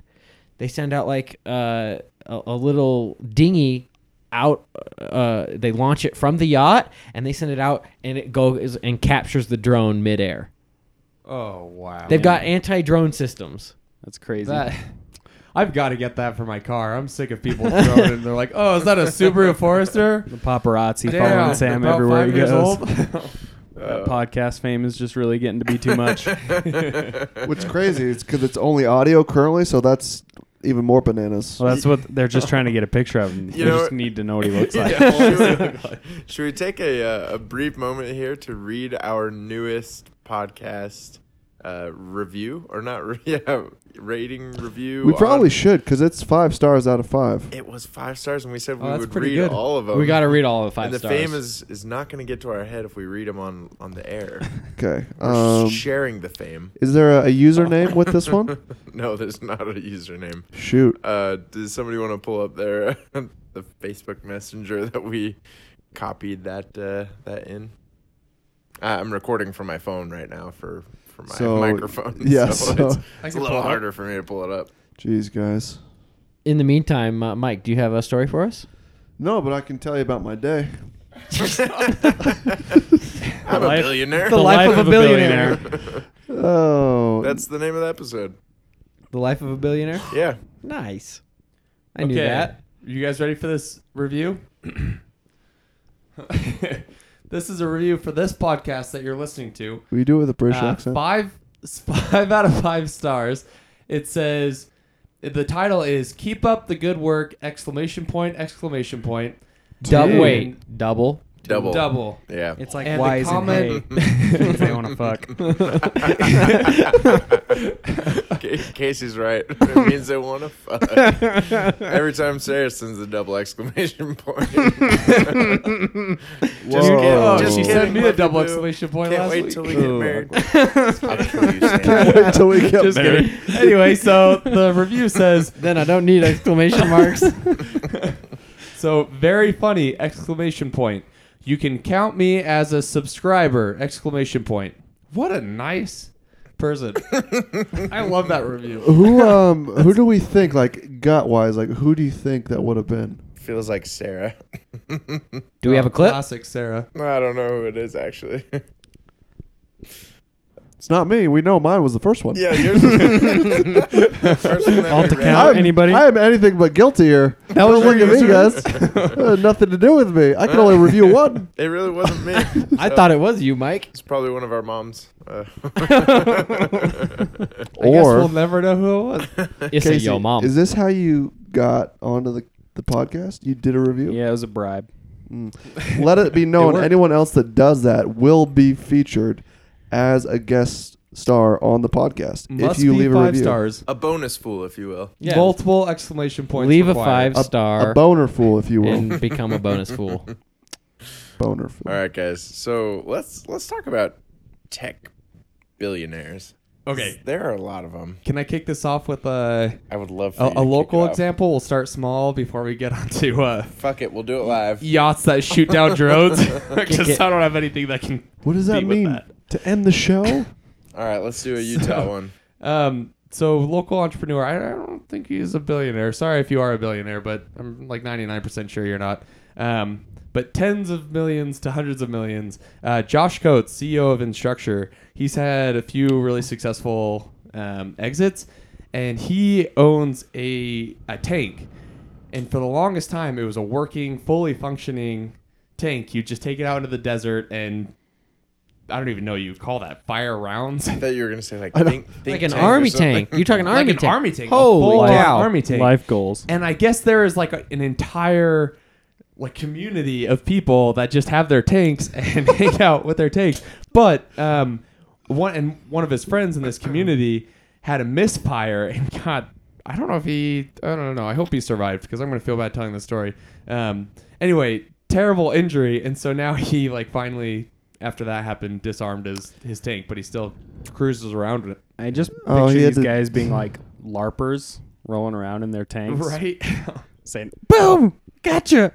[SPEAKER 5] they send out like uh, a, a little dinghy out uh, they launch it from the yacht and they send it out and it goes and captures the drone midair
[SPEAKER 4] Oh wow.
[SPEAKER 5] they've got anti-drone systems
[SPEAKER 6] That's crazy.
[SPEAKER 5] that
[SPEAKER 4] I've got to get that for my car. I'm sick of people throwing and they're like, "Oh, is that a Subaru Forester?"
[SPEAKER 6] the
[SPEAKER 4] [LAUGHS]
[SPEAKER 6] paparazzi
[SPEAKER 4] Damn,
[SPEAKER 6] following Sam
[SPEAKER 4] about
[SPEAKER 6] everywhere
[SPEAKER 4] five
[SPEAKER 6] he
[SPEAKER 4] years
[SPEAKER 6] goes.
[SPEAKER 4] old. [LAUGHS]
[SPEAKER 6] That
[SPEAKER 4] Uh,
[SPEAKER 6] podcast fame is just really getting to be
[SPEAKER 4] [LAUGHS]
[SPEAKER 6] too much.
[SPEAKER 1] What's crazy is because it's only audio currently, so that's even more bananas.
[SPEAKER 6] well, that's what they're just trying to get a picture of him.
[SPEAKER 2] You
[SPEAKER 6] You
[SPEAKER 2] know-
[SPEAKER 6] just need to know what
[SPEAKER 4] [LAUGHS]
[SPEAKER 6] he looks like.
[SPEAKER 2] [LAUGHS] Yeah,
[SPEAKER 5] [LAUGHS]
[SPEAKER 2] should, we, should we take a, uh, a brief moment here to read our newest podcast uh, review or not? Re- [LAUGHS] yeah, rating review.
[SPEAKER 1] we probably
[SPEAKER 4] um,
[SPEAKER 2] on-
[SPEAKER 1] should because it's five stars out of five.
[SPEAKER 2] It was five stars, and we
[SPEAKER 5] oh,
[SPEAKER 2] said we
[SPEAKER 4] that's
[SPEAKER 2] would
[SPEAKER 4] pretty
[SPEAKER 2] read
[SPEAKER 4] good.
[SPEAKER 2] all of them.
[SPEAKER 5] we got to read all the five
[SPEAKER 2] And the
[SPEAKER 5] stars
[SPEAKER 2] fame is, is not going to get to our head if we read them on, on the air.
[SPEAKER 1] Okay.
[SPEAKER 2] We're
[SPEAKER 1] Um,
[SPEAKER 2] sharing the fame. [LAUGHS]
[SPEAKER 1] is there a, a username with this
[SPEAKER 4] [LAUGHS]
[SPEAKER 1] one?
[SPEAKER 2] No, there's not a username.
[SPEAKER 1] Shoot.
[SPEAKER 2] Uh, does somebody want to pull up their [LAUGHS] the Facebook Messenger that we copied that uh, that in. Uh, I'm recording from my phone right now for for my
[SPEAKER 1] So,
[SPEAKER 2] microphone. [LAUGHS]
[SPEAKER 1] yeah,
[SPEAKER 2] so,
[SPEAKER 1] so-
[SPEAKER 2] it's,
[SPEAKER 4] I
[SPEAKER 2] it's a
[SPEAKER 4] can
[SPEAKER 2] little
[SPEAKER 4] pull it up.
[SPEAKER 2] harder for me to pull it up.
[SPEAKER 1] Jeez, guys.
[SPEAKER 5] In the meantime, uh, Mike, do you have a story for us?
[SPEAKER 1] No, but I can tell you about my day.
[SPEAKER 2] I'm
[SPEAKER 6] life-
[SPEAKER 2] a billionaire.
[SPEAKER 3] The life of a billionaire.
[SPEAKER 1] Oh,
[SPEAKER 2] [LAUGHS] That's the name of the episode.
[SPEAKER 5] The life of a billionaire.
[SPEAKER 2] Yeah.
[SPEAKER 5] Nice. I knew that.
[SPEAKER 4] You guys ready for this review? [CLEARS THROAT] this is a review for this podcast that you're listening to.
[SPEAKER 1] we do it with a British
[SPEAKER 4] Uh,
[SPEAKER 1] accent.
[SPEAKER 4] Five, [LAUGHS] five out of five stars. It says the title is "Keep up the good work!" Exclamation point! Exclamation point!
[SPEAKER 5] Double
[SPEAKER 4] Dude.
[SPEAKER 5] wait, double.
[SPEAKER 2] Double.
[SPEAKER 4] Double.
[SPEAKER 2] Yeah.
[SPEAKER 6] It's like
[SPEAKER 4] And the
[SPEAKER 2] [LAUGHS]
[SPEAKER 4] [LAUGHS]
[SPEAKER 6] wise
[SPEAKER 4] comment-
[SPEAKER 6] and hey. they want to fuck.
[SPEAKER 2] Ca- Casey's right. [LAUGHS] It means they want to fuck.
[SPEAKER 5] [LAUGHS]
[SPEAKER 2] Every time Sarah sends a double exclamation [LAUGHS] point.
[SPEAKER 1] Whoa.
[SPEAKER 2] kidding,
[SPEAKER 1] Just
[SPEAKER 4] she
[SPEAKER 1] kidding,
[SPEAKER 4] sent me a
[SPEAKER 2] love you,
[SPEAKER 4] double
[SPEAKER 2] boo.
[SPEAKER 4] exclamation point
[SPEAKER 2] Can't
[SPEAKER 4] last
[SPEAKER 2] wait
[SPEAKER 4] week.
[SPEAKER 2] till we get
[SPEAKER 1] Ooh. [LAUGHS]
[SPEAKER 2] married. I'll kill you, Sarah.
[SPEAKER 1] Wait till we get
[SPEAKER 4] Just
[SPEAKER 1] married.
[SPEAKER 4] kidding. anyway, so the review says
[SPEAKER 5] Then I don't need
[SPEAKER 2] [LAUGHS]
[SPEAKER 5] exclamation marks.
[SPEAKER 4] So very funny! Exclamation point. You can count me as a subscriber! Exclamation point. What a nice person. [LAUGHS] I love that review.
[SPEAKER 1] who
[SPEAKER 4] [LAUGHS]
[SPEAKER 1] um who do we think like gut wise like who do you think that would have been?
[SPEAKER 2] Feels like Sarah. [LAUGHS]
[SPEAKER 5] Do we have a clip?
[SPEAKER 4] Oh, Classic Sarah.
[SPEAKER 2] I don't know who it is actually. [LAUGHS]
[SPEAKER 1] It's not me. We know mine was the first one.
[SPEAKER 2] yeah, yours is.
[SPEAKER 4] [LAUGHS]
[SPEAKER 2] [LAUGHS] First one that
[SPEAKER 6] All
[SPEAKER 2] I
[SPEAKER 6] to
[SPEAKER 2] read.
[SPEAKER 6] count.
[SPEAKER 1] I'm,
[SPEAKER 6] Anybody?
[SPEAKER 1] I am anything but guilty here. That
[SPEAKER 5] was
[SPEAKER 1] look at
[SPEAKER 5] your
[SPEAKER 1] me, guys.
[SPEAKER 4] [LAUGHS]
[SPEAKER 1] Uh, nothing to do with me. I can only review one.
[SPEAKER 2] It really wasn't
[SPEAKER 4] [LAUGHS]
[SPEAKER 2] me.
[SPEAKER 5] I thought it was
[SPEAKER 2] [LAUGHS]
[SPEAKER 5] you, Mike.
[SPEAKER 2] It's probably one of our moms. [LAUGHS] Uh,
[SPEAKER 4] I guess
[SPEAKER 1] or
[SPEAKER 4] we'll never know who it was.
[SPEAKER 5] It's
[SPEAKER 1] Casey,
[SPEAKER 5] your mom.
[SPEAKER 1] Is this how you got onto the the podcast? You did a review.
[SPEAKER 6] Yeah, it was a bribe.
[SPEAKER 1] Mm. Let it be known,
[SPEAKER 6] worked.
[SPEAKER 1] anyone else that does that will be featured as a guest star on the podcast
[SPEAKER 4] Must
[SPEAKER 1] if you
[SPEAKER 4] be
[SPEAKER 1] leave a
[SPEAKER 4] five
[SPEAKER 1] review.
[SPEAKER 4] stars.
[SPEAKER 2] a bonus fool, if you will.
[SPEAKER 5] Yeah.
[SPEAKER 4] Multiple exclamation points.
[SPEAKER 5] Leave a
[SPEAKER 4] required. Uh,
[SPEAKER 5] five
[SPEAKER 1] A-
[SPEAKER 5] star
[SPEAKER 1] A boner fool, if you will.
[SPEAKER 5] and become a bonus fool.
[SPEAKER 1] [LAUGHS] boner fool.
[SPEAKER 2] All right, guys. So let's let's talk about tech billionaires.
[SPEAKER 4] Okay.
[SPEAKER 2] There are a lot of them.
[SPEAKER 4] Can I kick this off with a
[SPEAKER 2] I would love for
[SPEAKER 4] a,
[SPEAKER 2] you to
[SPEAKER 4] a
[SPEAKER 2] kick it
[SPEAKER 4] local
[SPEAKER 2] off.
[SPEAKER 4] example? We'll start small before we get [LAUGHS] onto uh,
[SPEAKER 2] Fuck it, we'll do it live.
[SPEAKER 4] yachts that shoot
[SPEAKER 5] [LAUGHS]
[SPEAKER 4] down drones. Because I don't have anything that can.
[SPEAKER 1] What does that
[SPEAKER 4] Beat with
[SPEAKER 1] mean?
[SPEAKER 4] that.
[SPEAKER 1] To end the show?
[SPEAKER 2] All right, let's do a Utah
[SPEAKER 4] So-
[SPEAKER 2] one.
[SPEAKER 4] Um, so local entrepreneur. I, I don't think he's a billionaire. Sorry if you are a billionaire, but I'm like 99% sure you're not. Um, but tens of millions to hundreds of millions. Uh, Josh Coates, CEO of Instructure, he's had a few really successful um, exits, and he owns a a tank. And for the longest time, it was a working, fully functioning tank. You just take it out into the desert, and I don't even know you call that fire rounds. [LAUGHS]
[SPEAKER 2] I thought you were gonna say like
[SPEAKER 1] I don't-
[SPEAKER 2] think, think
[SPEAKER 5] like an
[SPEAKER 2] or
[SPEAKER 5] army
[SPEAKER 2] something. [LAUGHS]
[SPEAKER 5] tank. You're talking army
[SPEAKER 4] like an
[SPEAKER 5] tank.
[SPEAKER 4] army tank. a
[SPEAKER 5] Holy
[SPEAKER 4] full-on
[SPEAKER 5] cow!
[SPEAKER 4] Army tank.
[SPEAKER 6] Life goals.
[SPEAKER 4] And I guess there is like a, an entire like community of people that just have their tanks [LAUGHS] and hang out with their tanks. But um, one and one of his friends in this community had a misfire and got. I don't know if he. I don't know. I hope he survived because I'm gonna feel bad telling the story. Um, anyway, terrible injury, and so now [LAUGHS] he like finally after that happened disarmed his his tank, but he still cruises around with it.
[SPEAKER 6] I just picture
[SPEAKER 1] Oh, he had to-
[SPEAKER 6] these
[SPEAKER 1] [LAUGHS]
[SPEAKER 6] guys being like LARPers rolling around in their tanks,
[SPEAKER 4] Right. [LAUGHS]
[SPEAKER 6] saying "Boom, gotcha."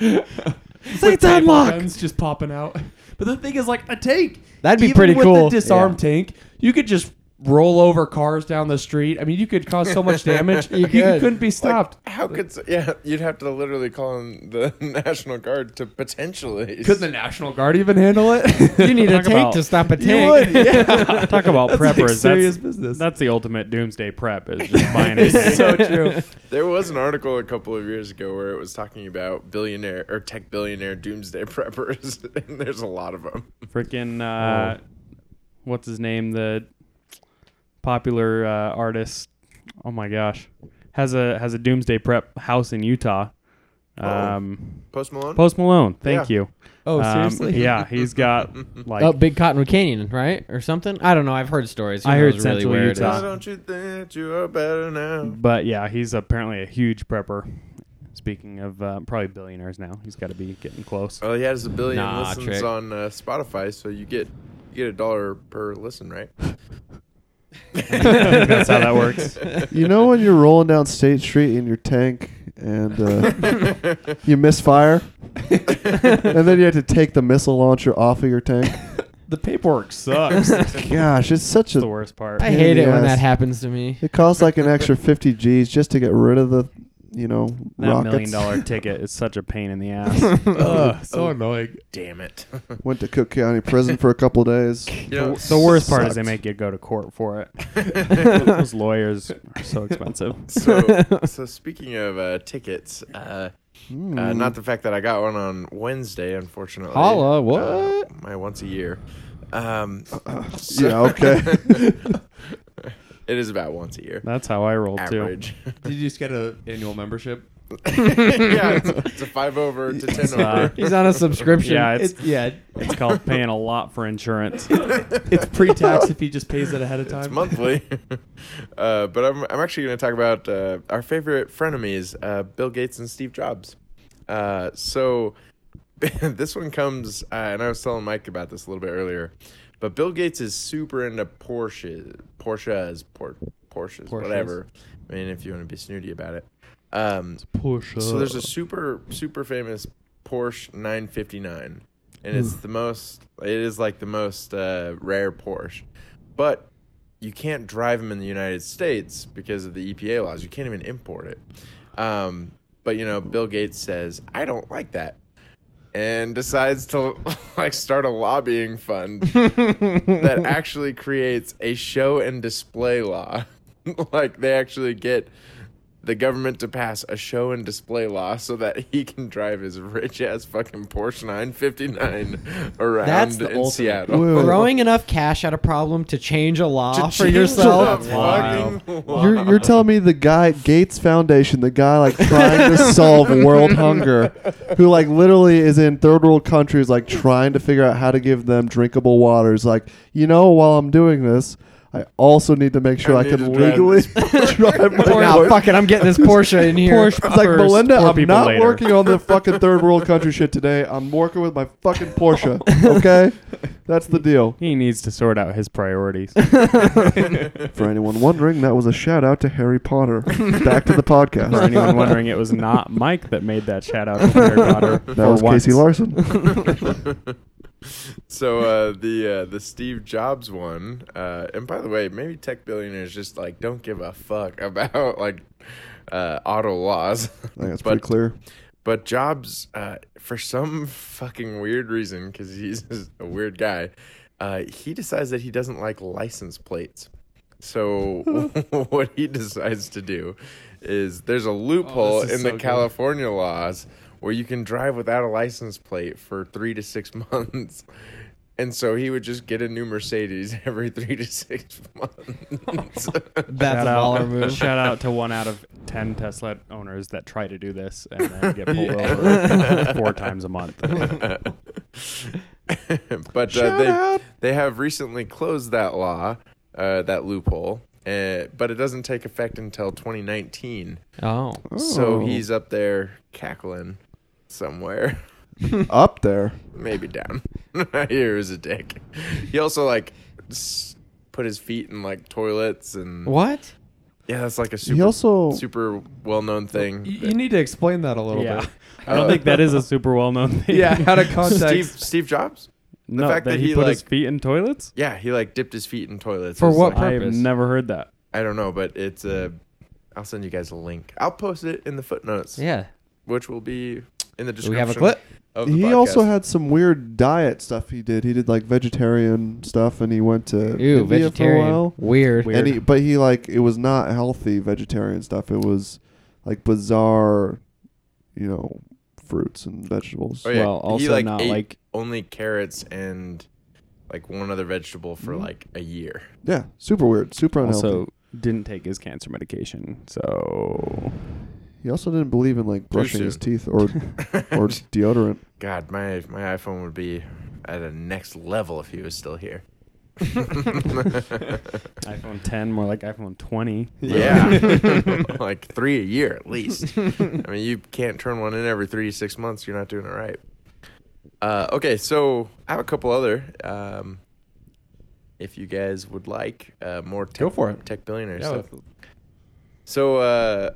[SPEAKER 4] With
[SPEAKER 6] Satan
[SPEAKER 4] rifle
[SPEAKER 6] lock.
[SPEAKER 4] Guns just popping out. [LAUGHS] But the thing is, like a tank.
[SPEAKER 5] That'd be
[SPEAKER 4] even
[SPEAKER 5] pretty
[SPEAKER 4] with
[SPEAKER 5] cool.
[SPEAKER 4] The disarmed tank, you could just roll over cars down the street. I mean, you could cause so much damage. [LAUGHS] you,
[SPEAKER 5] could.
[SPEAKER 4] couldn't be stopped.
[SPEAKER 2] How could s- yeah? You'd have to literally call in the [LAUGHS] National Guard to potentially.
[SPEAKER 4] could the National Guard even handle [LAUGHS] it?
[SPEAKER 5] [LAUGHS] You need a
[SPEAKER 6] Talk
[SPEAKER 5] tank
[SPEAKER 6] about-
[SPEAKER 5] to stop
[SPEAKER 4] [LAUGHS]
[SPEAKER 5] a
[SPEAKER 4] you
[SPEAKER 5] tank.
[SPEAKER 4] would. Yeah.
[SPEAKER 6] [LAUGHS] Talk
[SPEAKER 4] [LAUGHS]
[SPEAKER 6] about
[SPEAKER 4] That's like
[SPEAKER 6] preppers.
[SPEAKER 4] serious
[SPEAKER 6] that's,
[SPEAKER 4] business.
[SPEAKER 6] that's the ultimate doomsday
[SPEAKER 4] [LAUGHS]
[SPEAKER 6] prep. Is just buying a
[SPEAKER 4] It's
[SPEAKER 6] [LAUGHS] tank.
[SPEAKER 4] so true.
[SPEAKER 2] [LAUGHS] There was an article a couple of years ago where it was talking about billionaire or tech billionaire doomsday [LAUGHS] preppers, and there's a lot of them.
[SPEAKER 6] Freaking,
[SPEAKER 5] Oh.
[SPEAKER 6] uh, what's his name? The popular uh, artist. Oh my gosh, has a has a doomsday prep house in Utah. Um,
[SPEAKER 2] Post Malone.
[SPEAKER 6] Post Malone. Thank
[SPEAKER 2] Yeah.
[SPEAKER 6] you.
[SPEAKER 4] Oh,
[SPEAKER 6] Um,
[SPEAKER 4] seriously?
[SPEAKER 6] [LAUGHS] yeah, he's got like
[SPEAKER 5] Up Oh, Big Cottonwood Canyon, right, or something? I don't know. I've heard stories. Who
[SPEAKER 6] I heard
[SPEAKER 5] knows
[SPEAKER 6] Central
[SPEAKER 5] really where it
[SPEAKER 6] Utah.
[SPEAKER 2] Why
[SPEAKER 5] is.
[SPEAKER 2] don't you think you are better now?
[SPEAKER 6] But yeah, he's apparently a huge prepper. Speaking of uh, probably billionaires now, he's got to be getting close.
[SPEAKER 2] Well, he has a billion
[SPEAKER 5] Nah,
[SPEAKER 2] listens
[SPEAKER 5] trick.
[SPEAKER 2] on uh, Spotify, so you get you get a dollar per listen, right?
[SPEAKER 5] [LAUGHS]
[SPEAKER 6] That's how that works.
[SPEAKER 1] [LAUGHS] You know when you're rolling down State Street in your tank and
[SPEAKER 2] [LAUGHS]
[SPEAKER 1] uh, you misfire, and then you have to take the missile launcher off of your tank.
[SPEAKER 2] [LAUGHS]
[SPEAKER 6] The paperwork
[SPEAKER 1] [LAUGHS]
[SPEAKER 6] sucks.
[SPEAKER 1] Gosh, it's such
[SPEAKER 6] It's the
[SPEAKER 1] a.
[SPEAKER 6] worst part.
[SPEAKER 5] I hate it when
[SPEAKER 1] Yes.
[SPEAKER 5] that happens to me.
[SPEAKER 1] It costs like an extra 50 G's just to get rid of the, you know,
[SPEAKER 6] That million
[SPEAKER 1] rockets. [LAUGHS]
[SPEAKER 6] dollar ticket is such a pain in the ass.
[SPEAKER 4] [LAUGHS] Ugh, so annoying.
[SPEAKER 2] Damn it.
[SPEAKER 1] Went to Cook County Prison for a couple
[SPEAKER 2] [LAUGHS]
[SPEAKER 1] days.
[SPEAKER 2] You know,
[SPEAKER 6] the worst part is they
[SPEAKER 1] Sucked.
[SPEAKER 6] make you go to court for it. Those lawyers are so expensive.
[SPEAKER 5] [LAUGHS]
[SPEAKER 2] so, so speaking of uh, tickets, uh,
[SPEAKER 5] Hmm.
[SPEAKER 2] uh,
[SPEAKER 1] Mm.
[SPEAKER 2] not the fact that I got one on Wednesday, unfortunately.
[SPEAKER 5] Holla,
[SPEAKER 2] Uh,
[SPEAKER 5] what?
[SPEAKER 2] my once a year.
[SPEAKER 5] [COUGHS]
[SPEAKER 2] Um, so-
[SPEAKER 1] yeah, okay.
[SPEAKER 2] [LAUGHS] it is about once a year.
[SPEAKER 6] That's how I roll too.
[SPEAKER 5] [LAUGHS]
[SPEAKER 2] Average. [LAUGHS]
[SPEAKER 4] Did you just get an annual membership?
[SPEAKER 2] yeah, it's, it's a five over to ten
[SPEAKER 6] uh,
[SPEAKER 2] over.
[SPEAKER 5] He's on a subscription.
[SPEAKER 6] Yeah,
[SPEAKER 4] [LAUGHS]
[SPEAKER 6] it's,
[SPEAKER 4] yeah,
[SPEAKER 6] it's called paying a lot for insurance.
[SPEAKER 4] it's pre-tax if he just pays it ahead of time.
[SPEAKER 2] It's monthly. [LAUGHS] uh, but I'm, I'm actually going to talk about uh, our favorite frenemies, uh, Bill Gates and Steve Jobs. Uh, so [LAUGHS] this one comes, uh, and I was telling Mike about this a little bit earlier, but Bill Gates is super into Porsche, Porsches, por- Porsches, whatever. I mean, if you want to be snooty about it. Um,
[SPEAKER 6] Porsche.
[SPEAKER 2] so there's a super super famous Porsche 959, and it's the most. It is like the most uh, rare Porsche, but you can't drive them in the United States because of the EPA laws. You can't even import it. Um, but you know, Bill Gates says I don't like that, and decides to [LAUGHS] like start a lobbying
[SPEAKER 5] [LAUGHS]
[SPEAKER 2] fund that actually creates a show and display law. [LAUGHS] like they actually get the government to pass a show and display law so that he can drive his rich ass fucking Porsche
[SPEAKER 5] [LAUGHS]
[SPEAKER 2] 959 around
[SPEAKER 5] That's the
[SPEAKER 2] in
[SPEAKER 5] ultimate.
[SPEAKER 2] Seattle.
[SPEAKER 1] Wait, wait,
[SPEAKER 5] Throwing enough cash at a problem to change a law
[SPEAKER 2] To
[SPEAKER 5] for
[SPEAKER 2] change
[SPEAKER 5] yourself.
[SPEAKER 2] the [LAUGHS]
[SPEAKER 6] Wow.
[SPEAKER 2] fucking law.
[SPEAKER 1] You're, you're telling me the guy Gates Foundation, the guy like trying to
[SPEAKER 6] [LAUGHS]
[SPEAKER 1] solve world hunger, who like literally is in third world countries like trying to figure out how to give them drinkable waters. Like you know, while I'm doing this, I also need to make sure
[SPEAKER 2] I
[SPEAKER 1] I,
[SPEAKER 2] need to
[SPEAKER 1] can
[SPEAKER 2] drive
[SPEAKER 1] legally
[SPEAKER 2] this
[SPEAKER 1] [LAUGHS] drive my
[SPEAKER 5] Or, nah,
[SPEAKER 1] Porsche.
[SPEAKER 5] fuck it, I'm getting
[SPEAKER 1] [LAUGHS]
[SPEAKER 5] this Porsche in here.
[SPEAKER 6] Porsche
[SPEAKER 1] It's like
[SPEAKER 6] first,
[SPEAKER 1] Melinda,
[SPEAKER 6] poor
[SPEAKER 1] I'm
[SPEAKER 6] people
[SPEAKER 1] not
[SPEAKER 6] later.
[SPEAKER 1] working on the fucking third world country shit today. I'm working with my fucking
[SPEAKER 2] [LAUGHS]
[SPEAKER 1] Porsche. Okay, that's the deal.
[SPEAKER 6] He needs to sort out his
[SPEAKER 5] [LAUGHS]
[SPEAKER 6] priorities.
[SPEAKER 1] For anyone wondering, that was a shout out to Harry
[SPEAKER 2] [LAUGHS]
[SPEAKER 1] Potter. Back to the podcast.
[SPEAKER 6] For anyone wondering, it was not Mike that made that shout out to Harry Potter.
[SPEAKER 1] that was Casey Larson.
[SPEAKER 2] [LAUGHS] so uh, the uh, the Steve Jobs one, uh, and by the way, maybe tech billionaires just like don't give a fuck about like uh, auto laws.
[SPEAKER 1] I think that's
[SPEAKER 2] [LAUGHS] But-
[SPEAKER 1] pretty clear.
[SPEAKER 2] But Jobs, uh, for some [LAUGHS] fucking weird reason, because he's [LAUGHS] just a weird guy, uh, he decides that he doesn't like license plates.
[SPEAKER 4] [LAUGHS]
[SPEAKER 2] So [LAUGHS] what he decides to do is there's a loophole
[SPEAKER 4] Oh, is
[SPEAKER 2] in
[SPEAKER 4] so
[SPEAKER 2] the
[SPEAKER 4] good.
[SPEAKER 2] California laws where you can drive without a license plate for three to six [LAUGHS] months. And so he would just get a new Mercedes [LAUGHS] every three to six
[SPEAKER 4] [LAUGHS]
[SPEAKER 2] months.
[SPEAKER 5] That's
[SPEAKER 6] Shout
[SPEAKER 5] a baller
[SPEAKER 6] out,
[SPEAKER 5] move.
[SPEAKER 6] shout out to one out of ten Tesla owners that try to do this and then get pulled
[SPEAKER 2] Yeah.
[SPEAKER 6] over four times
[SPEAKER 2] [LAUGHS]
[SPEAKER 6] a month.
[SPEAKER 2] but uh, they they have recently closed that law, uh, that loophole. Uh, but it doesn't take effect until 2019.
[SPEAKER 5] Oh.
[SPEAKER 2] So
[SPEAKER 1] Oh.
[SPEAKER 2] he's up there cackling somewhere, [LAUGHS]
[SPEAKER 1] up there.
[SPEAKER 2] maybe down. [LAUGHS] I hear he's a dick. He also like s- put his feet in like toilets and
[SPEAKER 5] What?
[SPEAKER 2] yeah, that's like a
[SPEAKER 1] he
[SPEAKER 2] super
[SPEAKER 1] also
[SPEAKER 2] super well known thing.
[SPEAKER 4] You, you need to explain that a little
[SPEAKER 6] Yeah.
[SPEAKER 4] bit.
[SPEAKER 6] I don't think that is a super well known thing.
[SPEAKER 4] [LAUGHS] Yeah, [LAUGHS] out of context.
[SPEAKER 2] Steve Steve Jobs.
[SPEAKER 6] no,
[SPEAKER 2] fact
[SPEAKER 6] that,
[SPEAKER 2] that
[SPEAKER 6] he,
[SPEAKER 2] he,
[SPEAKER 6] put his
[SPEAKER 2] like-
[SPEAKER 6] feet in toilets.
[SPEAKER 2] Yeah, he like dipped his feet in toilets.
[SPEAKER 5] For
[SPEAKER 2] It's
[SPEAKER 5] what
[SPEAKER 2] like-
[SPEAKER 5] purpose?
[SPEAKER 6] I've never heard that.
[SPEAKER 2] I don't know, but it's a. I'll send you guys a link. I'll post it in the footnotes,
[SPEAKER 5] Yeah.
[SPEAKER 2] which will be in the
[SPEAKER 5] Do
[SPEAKER 2] description.
[SPEAKER 5] we have a clip?
[SPEAKER 2] Of the
[SPEAKER 1] he
[SPEAKER 2] podcast.
[SPEAKER 1] also had some weird diet stuff he did. He did like vegetarian stuff and he went to India
[SPEAKER 5] Ew,
[SPEAKER 1] for a
[SPEAKER 5] vegetarian.
[SPEAKER 1] while.
[SPEAKER 5] Weird.
[SPEAKER 6] Weird.
[SPEAKER 1] And he, but he like it was not healthy vegetarian stuff. It was like bizarre, you know, fruits and vegetables.
[SPEAKER 2] Oh, yeah.
[SPEAKER 6] Well,
[SPEAKER 2] He,
[SPEAKER 6] also
[SPEAKER 2] like,
[SPEAKER 6] not
[SPEAKER 2] ate-
[SPEAKER 6] like
[SPEAKER 2] only carrots and like one other vegetable
[SPEAKER 6] Mm-hmm.
[SPEAKER 2] for like a year.
[SPEAKER 1] Yeah, super weird, super unhealthy.
[SPEAKER 6] also didn't take his cancer medication. So
[SPEAKER 1] he also didn't believe in like brushing his
[SPEAKER 2] soon.
[SPEAKER 1] teeth or or deodorant.
[SPEAKER 2] God, my my iPhone would be at a next level if he was still
[SPEAKER 6] [LAUGHS]
[SPEAKER 2] here. [LAUGHS]
[SPEAKER 6] iPhone 10, more like iPhone 20.
[SPEAKER 2] Yeah, [LAUGHS] like three a year at least. I mean, you can't turn one in every three to six months. You're not doing it right. Uh, okay, so I have a couple other. Um, if you guys would like uh, more tech,
[SPEAKER 4] Go for it.
[SPEAKER 2] tech billionaire stuff. So uh,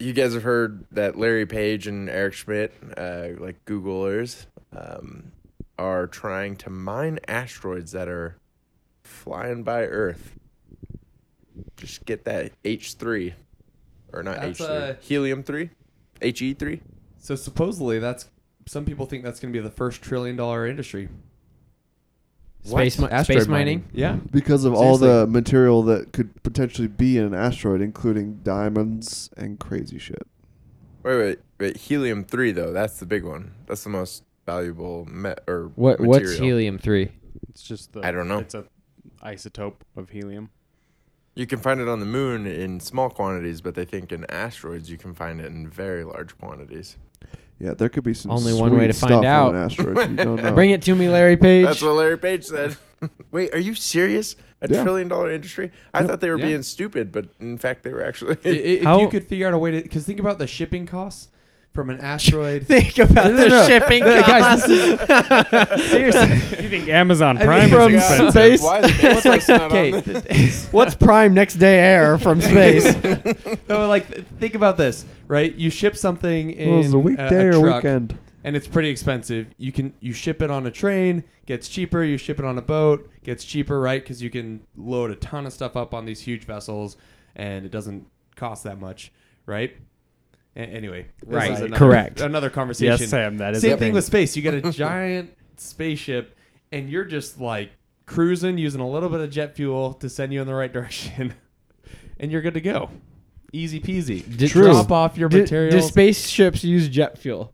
[SPEAKER 2] you guys have heard that Larry Page and Eric Schmidt, uh, like Googlers, um, are trying to mine asteroids that are flying by Earth. Just get that H three, or not H
[SPEAKER 4] That's,
[SPEAKER 2] three,
[SPEAKER 4] uh,
[SPEAKER 2] helium three, He three.
[SPEAKER 4] So supposedly that's some people think that's going to be the first trillion dollar industry.
[SPEAKER 5] Space, mi-
[SPEAKER 4] Asteroid
[SPEAKER 5] space mining.
[SPEAKER 4] Yeah.
[SPEAKER 1] Because of all the
[SPEAKER 4] Seriously.
[SPEAKER 1] material that could potentially be in an asteroid, including diamonds and crazy shit.
[SPEAKER 2] Wait, wait, wait. Helium three though. That's the big one. That's the most valuable met or
[SPEAKER 5] What
[SPEAKER 2] Material.
[SPEAKER 5] what's helium three?
[SPEAKER 6] [LAUGHS] It's just the
[SPEAKER 2] I don't know.
[SPEAKER 6] It's a isotope of helium.
[SPEAKER 2] You can find it on the moon in small quantities, but they think in asteroids you can find it in very large quantities.
[SPEAKER 1] Yeah, there could be some
[SPEAKER 5] Only one way
[SPEAKER 1] sweet
[SPEAKER 5] to
[SPEAKER 1] stuff
[SPEAKER 5] find
[SPEAKER 1] on
[SPEAKER 5] out.
[SPEAKER 1] An
[SPEAKER 5] [LAUGHS]
[SPEAKER 1] asteroid. You don't know.
[SPEAKER 5] Bring it to me, Larry Page.
[SPEAKER 2] That's what Larry Page said. [LAUGHS] Wait, are you serious? A
[SPEAKER 1] Yeah.
[SPEAKER 2] trillion dollar industry? I thought they were
[SPEAKER 4] Yeah.
[SPEAKER 2] being stupid, but in fact they were actually.
[SPEAKER 4] I-
[SPEAKER 2] [LAUGHS]
[SPEAKER 4] i- if
[SPEAKER 6] How-
[SPEAKER 4] you could figure out a way to, because think about the shipping costs from an
[SPEAKER 5] [LAUGHS]
[SPEAKER 4] asteroid.
[SPEAKER 5] Think about the
[SPEAKER 6] no.
[SPEAKER 5] shipping
[SPEAKER 6] Guys,
[SPEAKER 5] costs.
[SPEAKER 6] [LAUGHS] Seriously, [LAUGHS] you think Amazon Prime
[SPEAKER 5] from
[SPEAKER 6] is expensive?
[SPEAKER 2] [LAUGHS]
[SPEAKER 5] space-
[SPEAKER 2] Why is Bezos not on
[SPEAKER 4] okay,
[SPEAKER 2] the-
[SPEAKER 5] What's prime next day air [LAUGHS] from space?
[SPEAKER 4] so Oh, like th- think about this, right? You ship something in
[SPEAKER 1] Well, it's a weekday
[SPEAKER 5] uh,
[SPEAKER 4] a
[SPEAKER 1] or
[SPEAKER 4] truck,
[SPEAKER 1] weekend.
[SPEAKER 4] and it's pretty expensive. You can you ship it on a train, gets cheaper. You ship it on a boat, gets cheaper, right? Because you can load a ton of stuff up on these huge vessels, and it doesn't cost that much, right? A- anyway, this
[SPEAKER 6] Right,
[SPEAKER 4] is another-
[SPEAKER 6] correct.
[SPEAKER 4] Another conversation.
[SPEAKER 6] Yes, Sam. That is
[SPEAKER 4] Same
[SPEAKER 6] a
[SPEAKER 4] thing with space. You got
[SPEAKER 6] [LAUGHS]
[SPEAKER 4] a giant spaceship, and you're just like cruising, using a little bit of jet fuel to send you in the right direction, [LAUGHS] and you're good to go. Easy peasy.
[SPEAKER 5] Did-
[SPEAKER 4] True. Drop off your
[SPEAKER 5] Do,
[SPEAKER 4] materials.
[SPEAKER 5] do spaceships use jet fuel?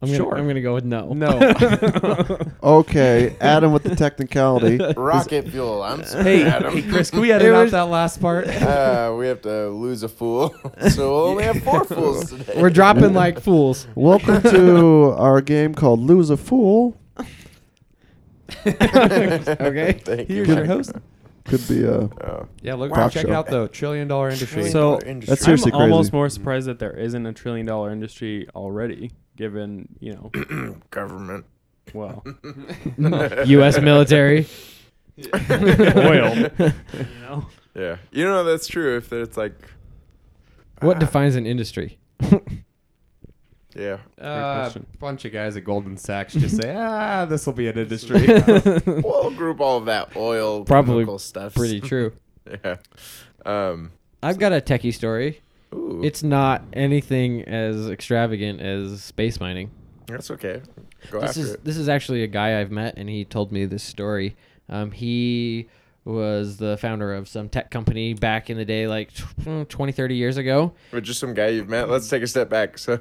[SPEAKER 5] I'm gonna,
[SPEAKER 4] Sure.
[SPEAKER 5] I'm gonna go with no. [LAUGHS]
[SPEAKER 6] [LAUGHS]
[SPEAKER 4] no.
[SPEAKER 1] Okay, Adam with the
[SPEAKER 5] [LAUGHS]
[SPEAKER 1] technicality.
[SPEAKER 2] Rocket fuel. I'm sorry,
[SPEAKER 4] hey,
[SPEAKER 2] Adam.
[SPEAKER 4] hey,
[SPEAKER 2] [LAUGHS]
[SPEAKER 4] Chris, can we edit
[SPEAKER 5] It
[SPEAKER 4] out
[SPEAKER 5] was-
[SPEAKER 4] that last part?
[SPEAKER 2] Uh, we have to lose a fool, so we'll only have four fools today.
[SPEAKER 5] We're dropping
[SPEAKER 2] [LAUGHS]
[SPEAKER 5] [LAUGHS] like fools.
[SPEAKER 1] Welcome
[SPEAKER 5] [LAUGHS]
[SPEAKER 1] to our game called Lose a Fool.
[SPEAKER 5] Okay.
[SPEAKER 2] Thank
[SPEAKER 4] Here's
[SPEAKER 2] you,
[SPEAKER 4] your
[SPEAKER 2] Mike.
[SPEAKER 4] host.
[SPEAKER 1] Could be a
[SPEAKER 2] Oh.
[SPEAKER 4] Yeah, look,
[SPEAKER 1] Wow.
[SPEAKER 4] check
[SPEAKER 1] Show.
[SPEAKER 4] it out though. Trillion dollar industry.
[SPEAKER 2] Trillion
[SPEAKER 6] So-
[SPEAKER 2] dollar
[SPEAKER 6] That's
[SPEAKER 2] industry.
[SPEAKER 1] seriously
[SPEAKER 6] I'm almost
[SPEAKER 1] crazy.
[SPEAKER 6] more surprised that there isn't a trillion dollar industry already, given you know,
[SPEAKER 2] government.
[SPEAKER 6] well,
[SPEAKER 5] U.S. military. [LAUGHS]
[SPEAKER 6] oil. You know,
[SPEAKER 2] [LAUGHS] Yeah, you know that's true. If it's like,
[SPEAKER 5] What defines an [LAUGHS] industry?
[SPEAKER 2] yeah,
[SPEAKER 4] uh,
[SPEAKER 6] question.
[SPEAKER 4] bunch of guys at Goldman Sachs just [LAUGHS] say, ah, this will be an industry.
[SPEAKER 2] [LAUGHS]
[SPEAKER 4] [LAUGHS]
[SPEAKER 2] we'll group all of that oil,
[SPEAKER 5] Probably
[SPEAKER 2] chemical stuff. [LAUGHS]
[SPEAKER 5] Pretty true.
[SPEAKER 2] Yeah. Um.
[SPEAKER 5] I've got a techie story.
[SPEAKER 2] Ooh,
[SPEAKER 5] It's not anything as extravagant as space mining.
[SPEAKER 2] that's okay. Go
[SPEAKER 5] this
[SPEAKER 2] after
[SPEAKER 5] is
[SPEAKER 2] it.
[SPEAKER 5] this is actually a guy I've met, and he told me this story. Um, he was the founder of some tech company back in the day, like tw- 20, 30 years ago.
[SPEAKER 2] But just some guy you've met. Let's take a step back. [LAUGHS] So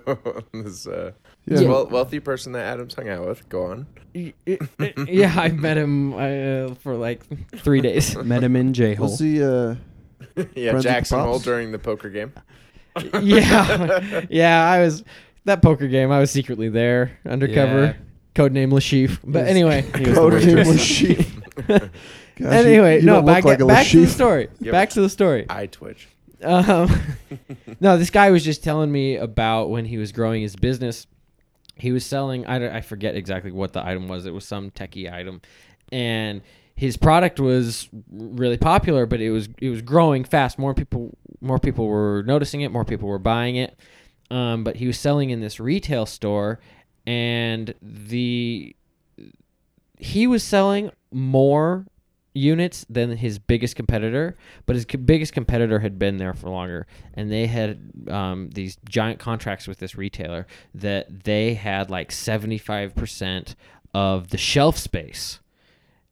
[SPEAKER 2] this
[SPEAKER 1] Yeah.
[SPEAKER 2] uh, this wel- wealthy person that Adam's hung out with. Go on.
[SPEAKER 1] [LAUGHS]
[SPEAKER 5] yeah, I met him uh, for like three
[SPEAKER 1] [LAUGHS]
[SPEAKER 2] [LAUGHS]
[SPEAKER 5] days.
[SPEAKER 6] met him in J
[SPEAKER 1] was he uh
[SPEAKER 2] yeah,
[SPEAKER 1] Friends with
[SPEAKER 2] Jackson Hole
[SPEAKER 1] Pops?
[SPEAKER 2] during the poker game.
[SPEAKER 5] [LAUGHS] yeah,
[SPEAKER 2] [LAUGHS]
[SPEAKER 5] [LAUGHS] yeah, I was that poker game. I was secretly there, undercover, codename Lashif.
[SPEAKER 1] [LAUGHS]
[SPEAKER 5] But anyway,
[SPEAKER 1] coated him
[SPEAKER 6] waitress.
[SPEAKER 1] with sheep?
[SPEAKER 2] [LAUGHS]
[SPEAKER 5] [LAUGHS]
[SPEAKER 1] Gosh,
[SPEAKER 5] anyway,
[SPEAKER 1] you- you
[SPEAKER 5] no,
[SPEAKER 1] don't
[SPEAKER 5] back,
[SPEAKER 1] look like a
[SPEAKER 5] back to the
[SPEAKER 1] sheep.
[SPEAKER 5] story.
[SPEAKER 2] Yeah,
[SPEAKER 5] back
[SPEAKER 2] but-
[SPEAKER 5] to the story.
[SPEAKER 2] I twitch.
[SPEAKER 5] Um, no, this guy was just telling me about when he was growing his business. He was selling, I, don't- I forget exactly what the item was. It was some techie item. And his product was really popular, but it was it was growing fast. More people more people were noticing it, more people were buying it. Um, but he was selling in this retail store and the he was selling more units than his biggest competitor, but his co- biggest competitor had been there for longer, and they had um, these giant contracts with this retailer that they had like seventy five percent of the shelf space.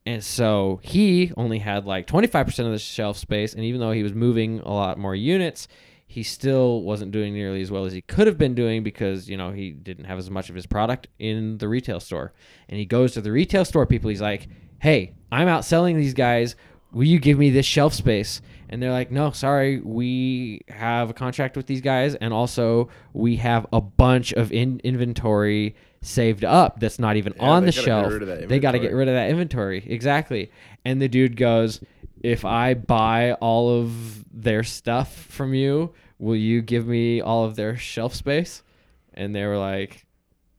[SPEAKER 5] And so he only had like 25% of the shelf space. And even though he was moving a lot more units, he still wasn't doing nearly as well as he could have been doing because, you know, he didn't have as much of his product in the retail store. And he goes to the retail store people. He's like, hey, I'm out selling these guys. Will you give me this shelf space? And they're like, no, sorry, we have a contract with these guys. And also, we have a bunch of in- inventory saved up that's not even
[SPEAKER 2] Yeah,
[SPEAKER 5] on
[SPEAKER 2] they
[SPEAKER 5] the
[SPEAKER 2] gotta get
[SPEAKER 5] shelf.
[SPEAKER 2] rid of that
[SPEAKER 5] They got to
[SPEAKER 2] inventory.
[SPEAKER 5] get rid of that inventory. Exactly. And the dude goes, If I buy all of their stuff from you, will you give me all of their shelf space? And they were like,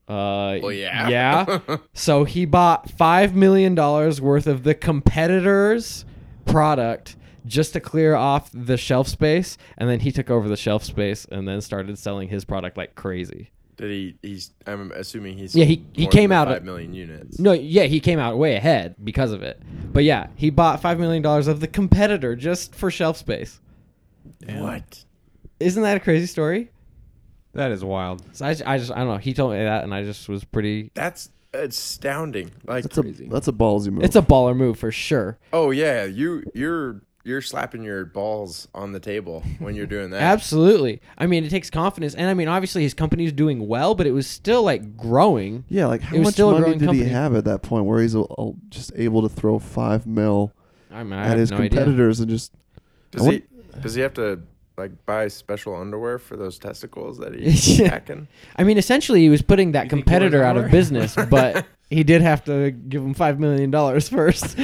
[SPEAKER 5] uh,
[SPEAKER 2] Well, yeah. [LAUGHS]
[SPEAKER 5] Yeah. so he bought $5 million worth of the competitors' product just to clear off the shelf space, and then he took over the shelf space and then started selling his product like crazy.
[SPEAKER 2] Did he? He's. I'm assuming he's.
[SPEAKER 5] Yeah, he- he
[SPEAKER 2] more
[SPEAKER 5] came
[SPEAKER 2] than
[SPEAKER 5] out-
[SPEAKER 2] five million units.
[SPEAKER 5] No, yeah, he came out way ahead because of it. But yeah, he bought five million dollars of the competitor just for shelf space.
[SPEAKER 2] What?
[SPEAKER 5] Isn't that a crazy story?
[SPEAKER 3] That is wild.
[SPEAKER 5] So I, ju- I just I don't know. He told me that, and I just was pretty.
[SPEAKER 2] That's astounding. Like,
[SPEAKER 1] That's a that's a ballsy move.
[SPEAKER 5] It's a baller move for sure.
[SPEAKER 2] oh yeah, you you're you're slapping your balls on the table when you're doing that.
[SPEAKER 5] Absolutely. I mean, it takes confidence, and I mean, obviously his company's doing well, but it was still like growing.
[SPEAKER 1] yeah, like how
[SPEAKER 5] was
[SPEAKER 1] much
[SPEAKER 5] still a
[SPEAKER 1] money
[SPEAKER 5] growing
[SPEAKER 1] did
[SPEAKER 5] company.
[SPEAKER 1] he have at that point where he's a, a- just able to throw five mil
[SPEAKER 5] I mean, I
[SPEAKER 1] at
[SPEAKER 5] have
[SPEAKER 1] his
[SPEAKER 5] no idea.
[SPEAKER 1] competitors and just
[SPEAKER 2] Does he? Does he have to like buy special underwear for those testicles that he's
[SPEAKER 5] Yeah.
[SPEAKER 2] packing?
[SPEAKER 5] I mean, essentially, he was putting that
[SPEAKER 6] You think he wanted
[SPEAKER 5] competitor out of
[SPEAKER 6] more?
[SPEAKER 5] business,
[SPEAKER 6] [LAUGHS]
[SPEAKER 5] but he did have to give him five million dollars first.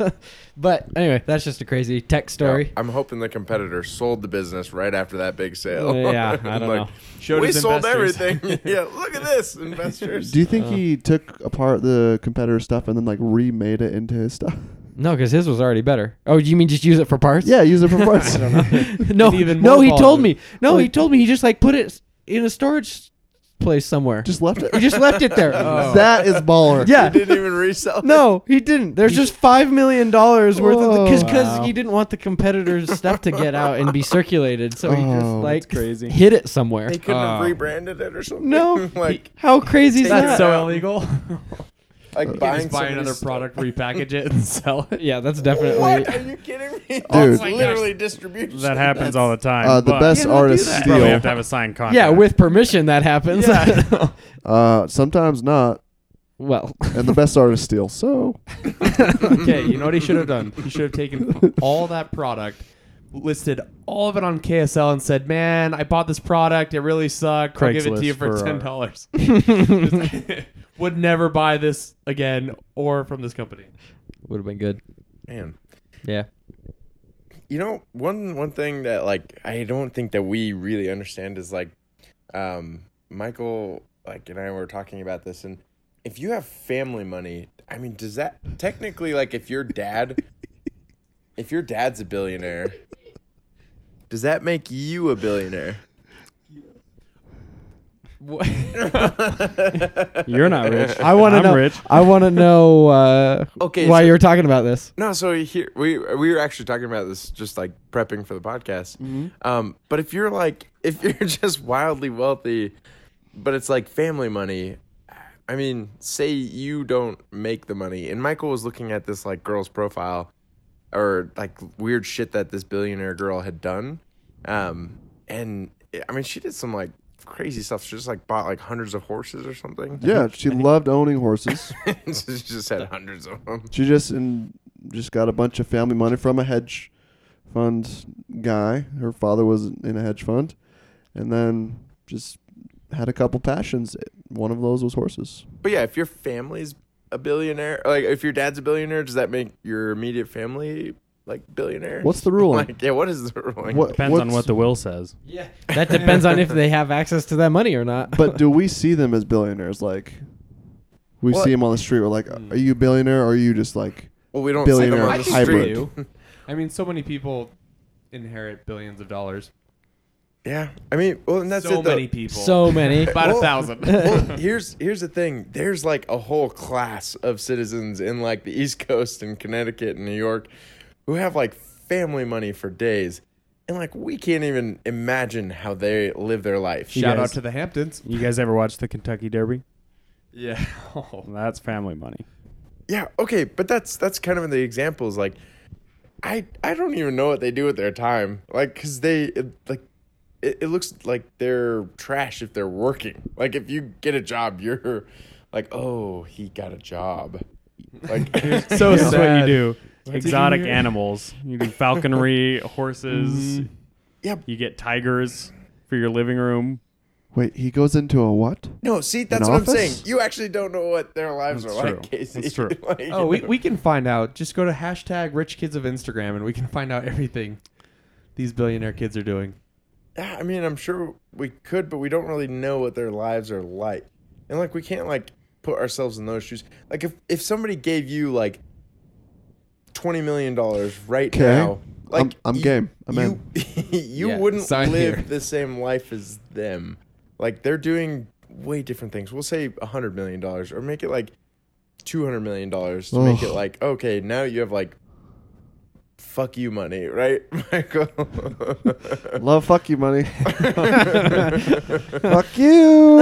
[SPEAKER 5] [LAUGHS] but anyway, that's just a crazy tech story.
[SPEAKER 2] I'm hoping the competitor sold the business right after that big sale.
[SPEAKER 5] Yeah,
[SPEAKER 2] [LAUGHS]
[SPEAKER 5] I don't know.
[SPEAKER 6] Showed
[SPEAKER 2] we
[SPEAKER 6] his
[SPEAKER 2] sold
[SPEAKER 6] investors.
[SPEAKER 2] everything. yeah, look at this, investors.
[SPEAKER 1] Do you
[SPEAKER 5] Uh.
[SPEAKER 1] think he took apart the competitor stuff and then like remade it into his
[SPEAKER 5] [LAUGHS]
[SPEAKER 1] stuff?
[SPEAKER 5] No, because his was already better. Oh, you mean just use it for parts?
[SPEAKER 1] Yeah, use it for parts.
[SPEAKER 5] I don't know. [LAUGHS] no,
[SPEAKER 6] And even
[SPEAKER 5] no,
[SPEAKER 6] more
[SPEAKER 5] he told
[SPEAKER 6] baller.
[SPEAKER 5] me. No,
[SPEAKER 1] Well,
[SPEAKER 5] he
[SPEAKER 1] he-
[SPEAKER 5] told me he just like put it in a storage place
[SPEAKER 1] [LAUGHS]
[SPEAKER 5] somewhere.
[SPEAKER 1] Just left it.
[SPEAKER 5] he [LAUGHS] just left it there.
[SPEAKER 6] Oh.
[SPEAKER 1] That is baller.
[SPEAKER 5] [LAUGHS] Yeah.
[SPEAKER 2] Didn't even resell.
[SPEAKER 5] No, he didn't. There's just five million dollars worth of because
[SPEAKER 1] Whoa.
[SPEAKER 5] because
[SPEAKER 6] Wow.
[SPEAKER 5] he didn't want the competitors' stuff to get out and be circulated, so he just
[SPEAKER 1] Oh.
[SPEAKER 5] like
[SPEAKER 6] crazy.
[SPEAKER 5] hid it somewhere.
[SPEAKER 2] They couldn't have
[SPEAKER 6] Oh.
[SPEAKER 2] rebranded it or
[SPEAKER 1] [LAUGHS]
[SPEAKER 2] something.
[SPEAKER 5] No,
[SPEAKER 2] [LAUGHS] like
[SPEAKER 5] how crazy is that?
[SPEAKER 6] That's
[SPEAKER 2] Yeah.
[SPEAKER 6] so illegal. [LAUGHS]
[SPEAKER 2] like
[SPEAKER 6] Buy,
[SPEAKER 2] buying [LAUGHS]
[SPEAKER 6] buy another
[SPEAKER 2] somebody's-
[SPEAKER 6] product, repackage it, and sell it.
[SPEAKER 5] yeah, that's definitely.
[SPEAKER 2] What? Are you kidding me?
[SPEAKER 1] Dude.
[SPEAKER 2] That's literally distribution.
[SPEAKER 6] That happens all the time.
[SPEAKER 1] Uh, the
[SPEAKER 6] but
[SPEAKER 1] best
[SPEAKER 5] Yeah,
[SPEAKER 1] artists
[SPEAKER 5] do
[SPEAKER 6] You
[SPEAKER 5] that.
[SPEAKER 1] steal.
[SPEAKER 6] probably have to have a signed contract.
[SPEAKER 5] Yeah, with permission that happens. [LAUGHS]
[SPEAKER 6] Yeah.
[SPEAKER 1] Uh, sometimes not,
[SPEAKER 5] well,
[SPEAKER 1] and the
[SPEAKER 5] [LAUGHS]
[SPEAKER 1] best artists steal. So
[SPEAKER 6] okay, you know what he should
[SPEAKER 5] [LAUGHS]
[SPEAKER 6] have done? He should
[SPEAKER 4] [LAUGHS]
[SPEAKER 6] have taken
[SPEAKER 4] all that product, listed all of it on KSL, and said, "Man, I bought this product. It really sucked. I'll give it to you
[SPEAKER 6] Craigslist
[SPEAKER 4] for uh,
[SPEAKER 6] for
[SPEAKER 4] ten
[SPEAKER 6] our-
[SPEAKER 4] dollars. [LAUGHS] Would never buy this again or from this company."
[SPEAKER 5] would have been good.
[SPEAKER 2] Man,
[SPEAKER 5] Yeah.
[SPEAKER 2] you know one one thing that like I don't think that we really understand is like, um, Michael like and I were talking about this, and if you have family money, I mean, does that technically like if your dad, if your dad's a billionaire, does that make you a billionaire?
[SPEAKER 6] You're not rich.
[SPEAKER 5] I want to
[SPEAKER 6] I'm
[SPEAKER 5] know.
[SPEAKER 6] rich.
[SPEAKER 5] I want to
[SPEAKER 1] [LAUGHS]
[SPEAKER 5] know uh,
[SPEAKER 2] Okay,
[SPEAKER 5] why
[SPEAKER 2] so-
[SPEAKER 5] you were talking about this.
[SPEAKER 2] No, so here we we were actually talking about this just like prepping for the podcast. Um, but if you're like if you're [LAUGHS] just wildly wealthy, but it's like family money, I mean, say you don't make the money. And Michael was looking at this like girl's profile or like weird shit that this billionaire girl had done. Um, and I mean, she did some like crazy stuff. She just like bought like hundreds of horses or something.
[SPEAKER 1] yeah,
[SPEAKER 2] [LAUGHS]
[SPEAKER 1] she loved owning horses.
[SPEAKER 2] she just had hundreds of them.
[SPEAKER 1] She just and just got a bunch of family money from a hedge fund guy. Her father was in a hedge fund, and then just had a couple passions. One of those was horses.
[SPEAKER 2] But yeah, if your family's a billionaire, like if your dad's a billionaire, does that make your immediate family like billionaire?
[SPEAKER 1] What's
[SPEAKER 2] [LAUGHS]
[SPEAKER 1] the rule?
[SPEAKER 2] Like, yeah, what is the ruling?
[SPEAKER 1] What-
[SPEAKER 6] Depends on
[SPEAKER 1] what's-
[SPEAKER 6] what the will says.
[SPEAKER 5] Yeah, that depends on if they have access to that money or not.
[SPEAKER 1] But do we see them as billionaires? Like, we
[SPEAKER 2] Well-
[SPEAKER 1] see them on the street. We're like, are you a billionaire? Or are you just like,
[SPEAKER 2] Well, we don't see them
[SPEAKER 1] Billionaire
[SPEAKER 2] on the
[SPEAKER 1] hybrid.
[SPEAKER 2] street.
[SPEAKER 4] I mean, so many people inherit billions of dollars.
[SPEAKER 2] Yeah, I mean, well, and that's
[SPEAKER 4] so
[SPEAKER 2] it, though.
[SPEAKER 4] many people.
[SPEAKER 5] so many. [LAUGHS]
[SPEAKER 4] about
[SPEAKER 2] Well-
[SPEAKER 4] a thousand. [LAUGHS]
[SPEAKER 2] well, here's here's the thing. There's like a whole class of citizens in like the East Coast and Connecticut and New York who have like family money for days, and like we can't even imagine how they live their life.
[SPEAKER 6] You
[SPEAKER 4] Shout
[SPEAKER 6] guys-
[SPEAKER 4] out to the Hamptons.
[SPEAKER 6] You guys ever watch the Kentucky Derby?
[SPEAKER 4] Yeah.
[SPEAKER 6] That's family money.
[SPEAKER 2] Yeah, okay, but that's that's kind of the examples. Like, I I don't even know what they do with their time. Like, cause they it, like it, it looks like they're trash if they're working. Like, if you get a job, you're like, oh, he got a job.
[SPEAKER 6] [LAUGHS]
[SPEAKER 2] Like,
[SPEAKER 6] So this is what
[SPEAKER 4] sad.
[SPEAKER 6] you do.
[SPEAKER 4] did
[SPEAKER 6] Exotic
[SPEAKER 4] you hear?
[SPEAKER 6] animals. You do falconry, horses.
[SPEAKER 2] Yeah.
[SPEAKER 6] You get tigers for your living room.
[SPEAKER 1] wait, he goes into a what?
[SPEAKER 2] no, see, that's
[SPEAKER 1] An
[SPEAKER 2] what
[SPEAKER 1] office?
[SPEAKER 2] I'm saying. You actually don't know what their lives
[SPEAKER 6] That's
[SPEAKER 2] are
[SPEAKER 6] true.
[SPEAKER 2] like, Casey.
[SPEAKER 6] That's true.
[SPEAKER 2] [LAUGHS] Like-
[SPEAKER 4] Oh, we, we can find out. Just go to hashtag rich kids of Instagram and we can find out everything these billionaire kids are doing.
[SPEAKER 2] Yeah, I mean, I'm sure we could, but we don't really know what their lives are like. And like we can't like put ourselves in those shoes. Like if if somebody gave you like twenty million dollars right
[SPEAKER 1] 'Kay.
[SPEAKER 2] now, like
[SPEAKER 1] I'm- I'm
[SPEAKER 2] you-
[SPEAKER 1] game. I'm
[SPEAKER 2] you [LAUGHS] you
[SPEAKER 7] Yeah,
[SPEAKER 2] wouldn't
[SPEAKER 7] sign
[SPEAKER 2] live
[SPEAKER 7] here.
[SPEAKER 2] the same life as them. Like they're doing way different things. We'll say hundred million dollars, or make it like two hundred million dollars to make it
[SPEAKER 1] Ugh.
[SPEAKER 2] like okay, now you have like fuck you money, right, [LAUGHS] Michael?
[SPEAKER 1] Love, fuck you, money. fuck you.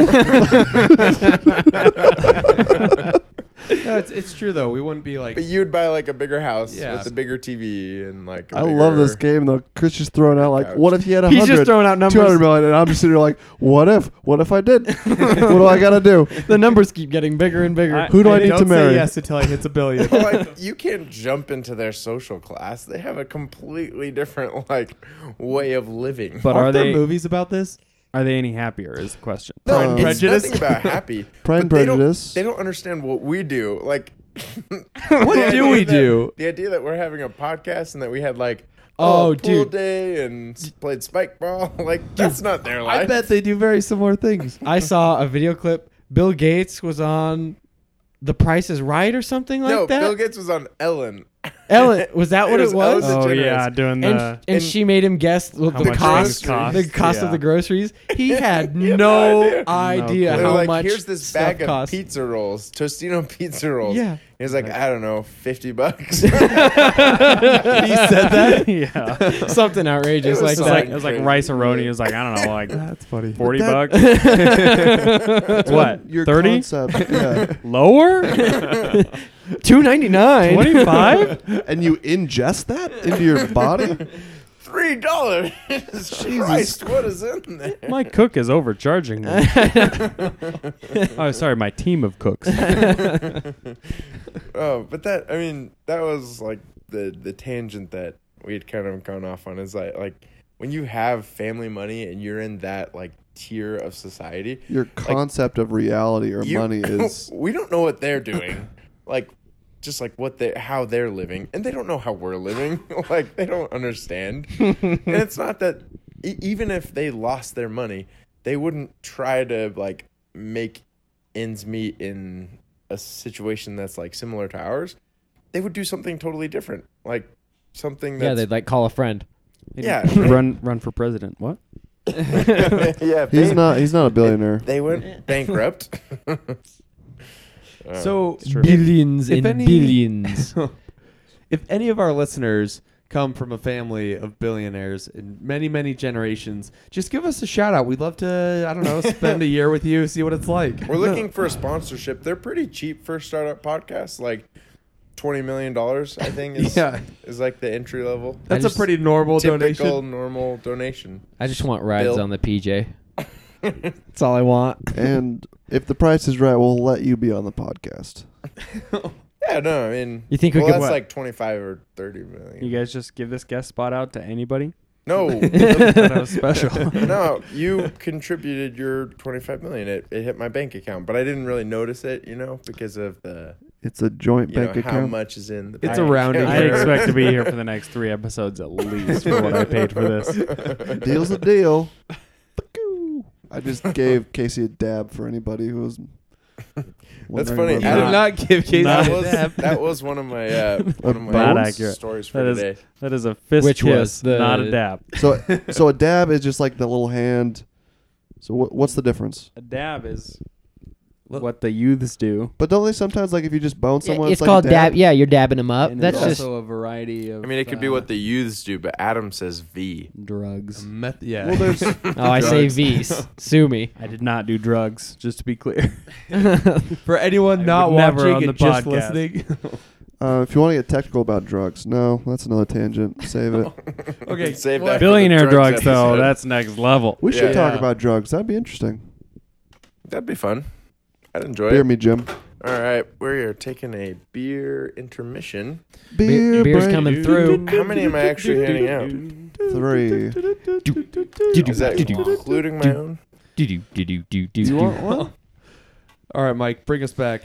[SPEAKER 4] No, it's, it's true though. We wouldn't be like
[SPEAKER 2] but you'd buy like a bigger house
[SPEAKER 4] Yeah.
[SPEAKER 2] with a bigger TV and like. I
[SPEAKER 1] [LAUGHS] I love this
[SPEAKER 2] [LAUGHS]
[SPEAKER 1] game though. Chris just throwing out like,
[SPEAKER 2] Ouch.
[SPEAKER 1] what if he had a
[SPEAKER 3] He's just
[SPEAKER 1] hundred, two
[SPEAKER 3] throwing out numbers.
[SPEAKER 1] hundred million, and I'm just sitting here like, what if? What if I did? [LAUGHS] what do I gotta do?
[SPEAKER 5] the numbers keep getting bigger and bigger.
[SPEAKER 1] Who do I need
[SPEAKER 4] don't
[SPEAKER 1] to marry?
[SPEAKER 4] Say yes until it hits a billion.
[SPEAKER 2] like you can't jump into their social class. They have a completely different like way of living.
[SPEAKER 6] But
[SPEAKER 4] Aren't
[SPEAKER 6] are
[SPEAKER 4] there
[SPEAKER 6] they
[SPEAKER 4] movies about this?
[SPEAKER 6] are they any happier? Is the question.
[SPEAKER 2] No,
[SPEAKER 1] Pride and
[SPEAKER 2] it's
[SPEAKER 4] Prejudice?
[SPEAKER 2] nothing about
[SPEAKER 1] [LAUGHS]
[SPEAKER 2] happy.
[SPEAKER 1] Pride and
[SPEAKER 2] but they don't-
[SPEAKER 1] um, Prejudice.
[SPEAKER 2] They don't, understand what we do. Like,
[SPEAKER 4] [LAUGHS] What do we do?
[SPEAKER 2] [LAUGHS] The idea that we're having a podcast and that we had like
[SPEAKER 4] Oh,
[SPEAKER 2] oh, pool
[SPEAKER 4] dude.
[SPEAKER 2] day and s- played spike ball. [LAUGHS] Like that's not their life.
[SPEAKER 4] I bet they do very similar things.
[SPEAKER 5] [LAUGHS] I saw a video clip. Bill Gates was on The Price is Right or something like
[SPEAKER 2] no,
[SPEAKER 5] that.
[SPEAKER 2] Bill Gates was on Ellen.
[SPEAKER 5] Ellen, was
[SPEAKER 2] [LAUGHS]
[SPEAKER 5] that
[SPEAKER 2] It
[SPEAKER 5] what it
[SPEAKER 2] was
[SPEAKER 5] was?
[SPEAKER 2] Ellen
[SPEAKER 6] Oh
[SPEAKER 2] generous.
[SPEAKER 6] yeah,
[SPEAKER 5] and,
[SPEAKER 6] doing the
[SPEAKER 5] and
[SPEAKER 2] and-
[SPEAKER 5] she made him guess the
[SPEAKER 6] much things
[SPEAKER 5] cost,
[SPEAKER 6] cost,
[SPEAKER 5] the cost
[SPEAKER 6] yeah.
[SPEAKER 5] of the groceries. He had
[SPEAKER 2] He had
[SPEAKER 5] no
[SPEAKER 2] no
[SPEAKER 5] idea,
[SPEAKER 2] idea.
[SPEAKER 6] No
[SPEAKER 2] They're
[SPEAKER 5] how
[SPEAKER 2] like,
[SPEAKER 5] much
[SPEAKER 2] here's this
[SPEAKER 5] stuff
[SPEAKER 2] bag of
[SPEAKER 5] cost.
[SPEAKER 2] pizza rolls, Tostino [LAUGHS] pizza rolls.
[SPEAKER 5] Yeah.
[SPEAKER 2] And he was like, I don't know, fifty bucks. [LAUGHS]
[SPEAKER 5] [LAUGHS] [LAUGHS] [LAUGHS] he said that
[SPEAKER 6] [LAUGHS]
[SPEAKER 5] [LAUGHS]
[SPEAKER 6] yeah.
[SPEAKER 5] something outrageous
[SPEAKER 2] It
[SPEAKER 5] like
[SPEAKER 2] was
[SPEAKER 6] It's
[SPEAKER 5] that.
[SPEAKER 6] like
[SPEAKER 2] like
[SPEAKER 6] it's like
[SPEAKER 2] crazy.
[SPEAKER 6] rice aroni. It was like I don't know, like
[SPEAKER 4] That's funny.
[SPEAKER 6] forty
[SPEAKER 1] That-
[SPEAKER 6] bucks. what?
[SPEAKER 1] Your
[SPEAKER 6] Thirty?
[SPEAKER 1] concept, yeah.
[SPEAKER 6] Lower?
[SPEAKER 5] Two ninety nine.
[SPEAKER 6] Twenty [LAUGHS] five?
[SPEAKER 1] and you ingest that into your body.
[SPEAKER 2] Three dollars. [LAUGHS] Christ, what is in
[SPEAKER 5] [LAUGHS]
[SPEAKER 2] there?
[SPEAKER 6] My cook is overcharging me. oh, sorry, my team of cooks.
[SPEAKER 2] [LAUGHS] Oh, but that I mean, that was like the the tangent that we had kind of gone off on is like like when you have family money and you're in that like tier of society,
[SPEAKER 1] Your concept of reality or
[SPEAKER 2] you- [LAUGHS]
[SPEAKER 1] money is
[SPEAKER 2] we don't know what they're doing. like just like what they how they're living and they don't know how we're living. [LAUGHS] like they don't understand. and it's not that e- even if they lost their money, they wouldn't try to like make ends meet in a situation that's like similar to ours. They would do something totally different. Like something
[SPEAKER 5] Yeah,
[SPEAKER 2] that's
[SPEAKER 5] they'd like call a friend.
[SPEAKER 2] Yeah.
[SPEAKER 6] run run for president. What?
[SPEAKER 2] [LAUGHS] yeah if
[SPEAKER 1] he's
[SPEAKER 2] they-
[SPEAKER 1] not he's not a
[SPEAKER 2] [LAUGHS]
[SPEAKER 1] billionaire.
[SPEAKER 2] They went bankrupt. [LAUGHS]
[SPEAKER 4] So
[SPEAKER 6] Sure.
[SPEAKER 5] Billions
[SPEAKER 4] If
[SPEAKER 5] and
[SPEAKER 4] any-
[SPEAKER 5] billions.
[SPEAKER 4] [LAUGHS] if any of our listeners come from a family of billionaires in many many generations just give us a shout out we'd love to i don't know spend a year with you see what it's like [LAUGHS]
[SPEAKER 2] We're looking for a sponsorship. They're pretty cheap for startup podcasts, like twenty million dollars. I think is
[SPEAKER 4] Yeah.
[SPEAKER 2] is like the entry level,
[SPEAKER 4] that's
[SPEAKER 5] I
[SPEAKER 4] a
[SPEAKER 5] just-
[SPEAKER 4] pretty normal
[SPEAKER 2] typical [LAUGHS]
[SPEAKER 4] donation
[SPEAKER 2] normal donation.
[SPEAKER 5] I just want rides
[SPEAKER 2] Bill.
[SPEAKER 5] on the PJ. [LAUGHS] That's all I want. [LAUGHS]
[SPEAKER 1] and if the price is right, we'll let you be on the podcast.
[SPEAKER 2] Yeah, no, I mean,
[SPEAKER 5] You think we
[SPEAKER 2] well,
[SPEAKER 5] could
[SPEAKER 2] that's
[SPEAKER 5] what?
[SPEAKER 2] like twenty five or thirty million.
[SPEAKER 6] You guys just give this guest spot out to anybody? [LAUGHS]
[SPEAKER 2] No,
[SPEAKER 6] that was special.
[SPEAKER 2] [LAUGHS] no, you contributed your twenty five million. It it hit my bank account, but I didn't really notice it, you know, because of the
[SPEAKER 1] It's a joint
[SPEAKER 2] you
[SPEAKER 1] bank
[SPEAKER 2] know how
[SPEAKER 1] account.
[SPEAKER 2] much is in the.
[SPEAKER 4] It's
[SPEAKER 2] bank
[SPEAKER 4] a rounding
[SPEAKER 6] I
[SPEAKER 2] [LAUGHS] account.
[SPEAKER 4] error.
[SPEAKER 6] expect to be here for the next three episodes at least for what I paid for this.
[SPEAKER 1] Deal's a
[SPEAKER 2] [LAUGHS]
[SPEAKER 1] deal. I just gave Casey a dab for anybody who was. wondering
[SPEAKER 2] funny.
[SPEAKER 1] about
[SPEAKER 2] I
[SPEAKER 1] that.
[SPEAKER 2] did
[SPEAKER 4] do not give Casey
[SPEAKER 2] That
[SPEAKER 6] Nah.
[SPEAKER 4] a dab.
[SPEAKER 2] was,
[SPEAKER 6] [LAUGHS]
[SPEAKER 2] that was one of my uh, one of my
[SPEAKER 1] Not
[SPEAKER 6] accurate.
[SPEAKER 2] stories for
[SPEAKER 6] That is-
[SPEAKER 2] today.
[SPEAKER 6] That is a fist
[SPEAKER 5] Which
[SPEAKER 6] kiss,
[SPEAKER 5] was the-
[SPEAKER 6] not a dab.
[SPEAKER 1] So so a dab is just like the little hand. So what, what's the difference?
[SPEAKER 6] A dab is
[SPEAKER 4] Look.
[SPEAKER 6] what the youths do.
[SPEAKER 1] But don't they sometimes like if you just bounce someone?
[SPEAKER 5] it's
[SPEAKER 1] like a
[SPEAKER 5] called dab. Yeah, you're dabbing them up.
[SPEAKER 6] And
[SPEAKER 5] uh, That's
[SPEAKER 6] there's
[SPEAKER 5] just
[SPEAKER 6] also a variety of.
[SPEAKER 2] I mean, it could be what the youths do, but Adam says V.
[SPEAKER 6] drugs.
[SPEAKER 4] Meth- [LAUGHS] yeah
[SPEAKER 1] Well,
[SPEAKER 5] [LAUGHS]
[SPEAKER 1] there's
[SPEAKER 5] oh, I say V's. Sue me.
[SPEAKER 6] I did not do drugs, just to be clear.
[SPEAKER 4] for
[SPEAKER 6] I
[SPEAKER 4] anyone not
[SPEAKER 6] would [LAUGHS]
[SPEAKER 4] watching
[SPEAKER 6] never on the
[SPEAKER 4] and just
[SPEAKER 6] podcast.
[SPEAKER 5] [LAUGHS]
[SPEAKER 4] listening
[SPEAKER 1] uh, if you want to get technical about drugs, no, that's another tangent. Save
[SPEAKER 2] [LAUGHS]
[SPEAKER 1] it.
[SPEAKER 4] okay
[SPEAKER 2] Save [LAUGHS]
[SPEAKER 4] well,
[SPEAKER 2] that.
[SPEAKER 6] Billionaire
[SPEAKER 2] For the drugs
[SPEAKER 6] drugs, though,
[SPEAKER 2] episode.
[SPEAKER 6] that's next level.
[SPEAKER 1] We should
[SPEAKER 2] Yeah.
[SPEAKER 1] talk
[SPEAKER 6] Yeah.
[SPEAKER 1] about drugs. That'd be interesting.
[SPEAKER 2] That'd be fun. I'd enjoy
[SPEAKER 1] Beer
[SPEAKER 2] it.
[SPEAKER 1] me, Jim.
[SPEAKER 2] All right, we are taking a beer intermission.
[SPEAKER 5] Beer, beer's
[SPEAKER 1] brain.
[SPEAKER 5] coming through.
[SPEAKER 2] How many am I actually handing out?
[SPEAKER 1] Three.
[SPEAKER 2] Is that including my own?
[SPEAKER 4] do you want one all right mike bring us back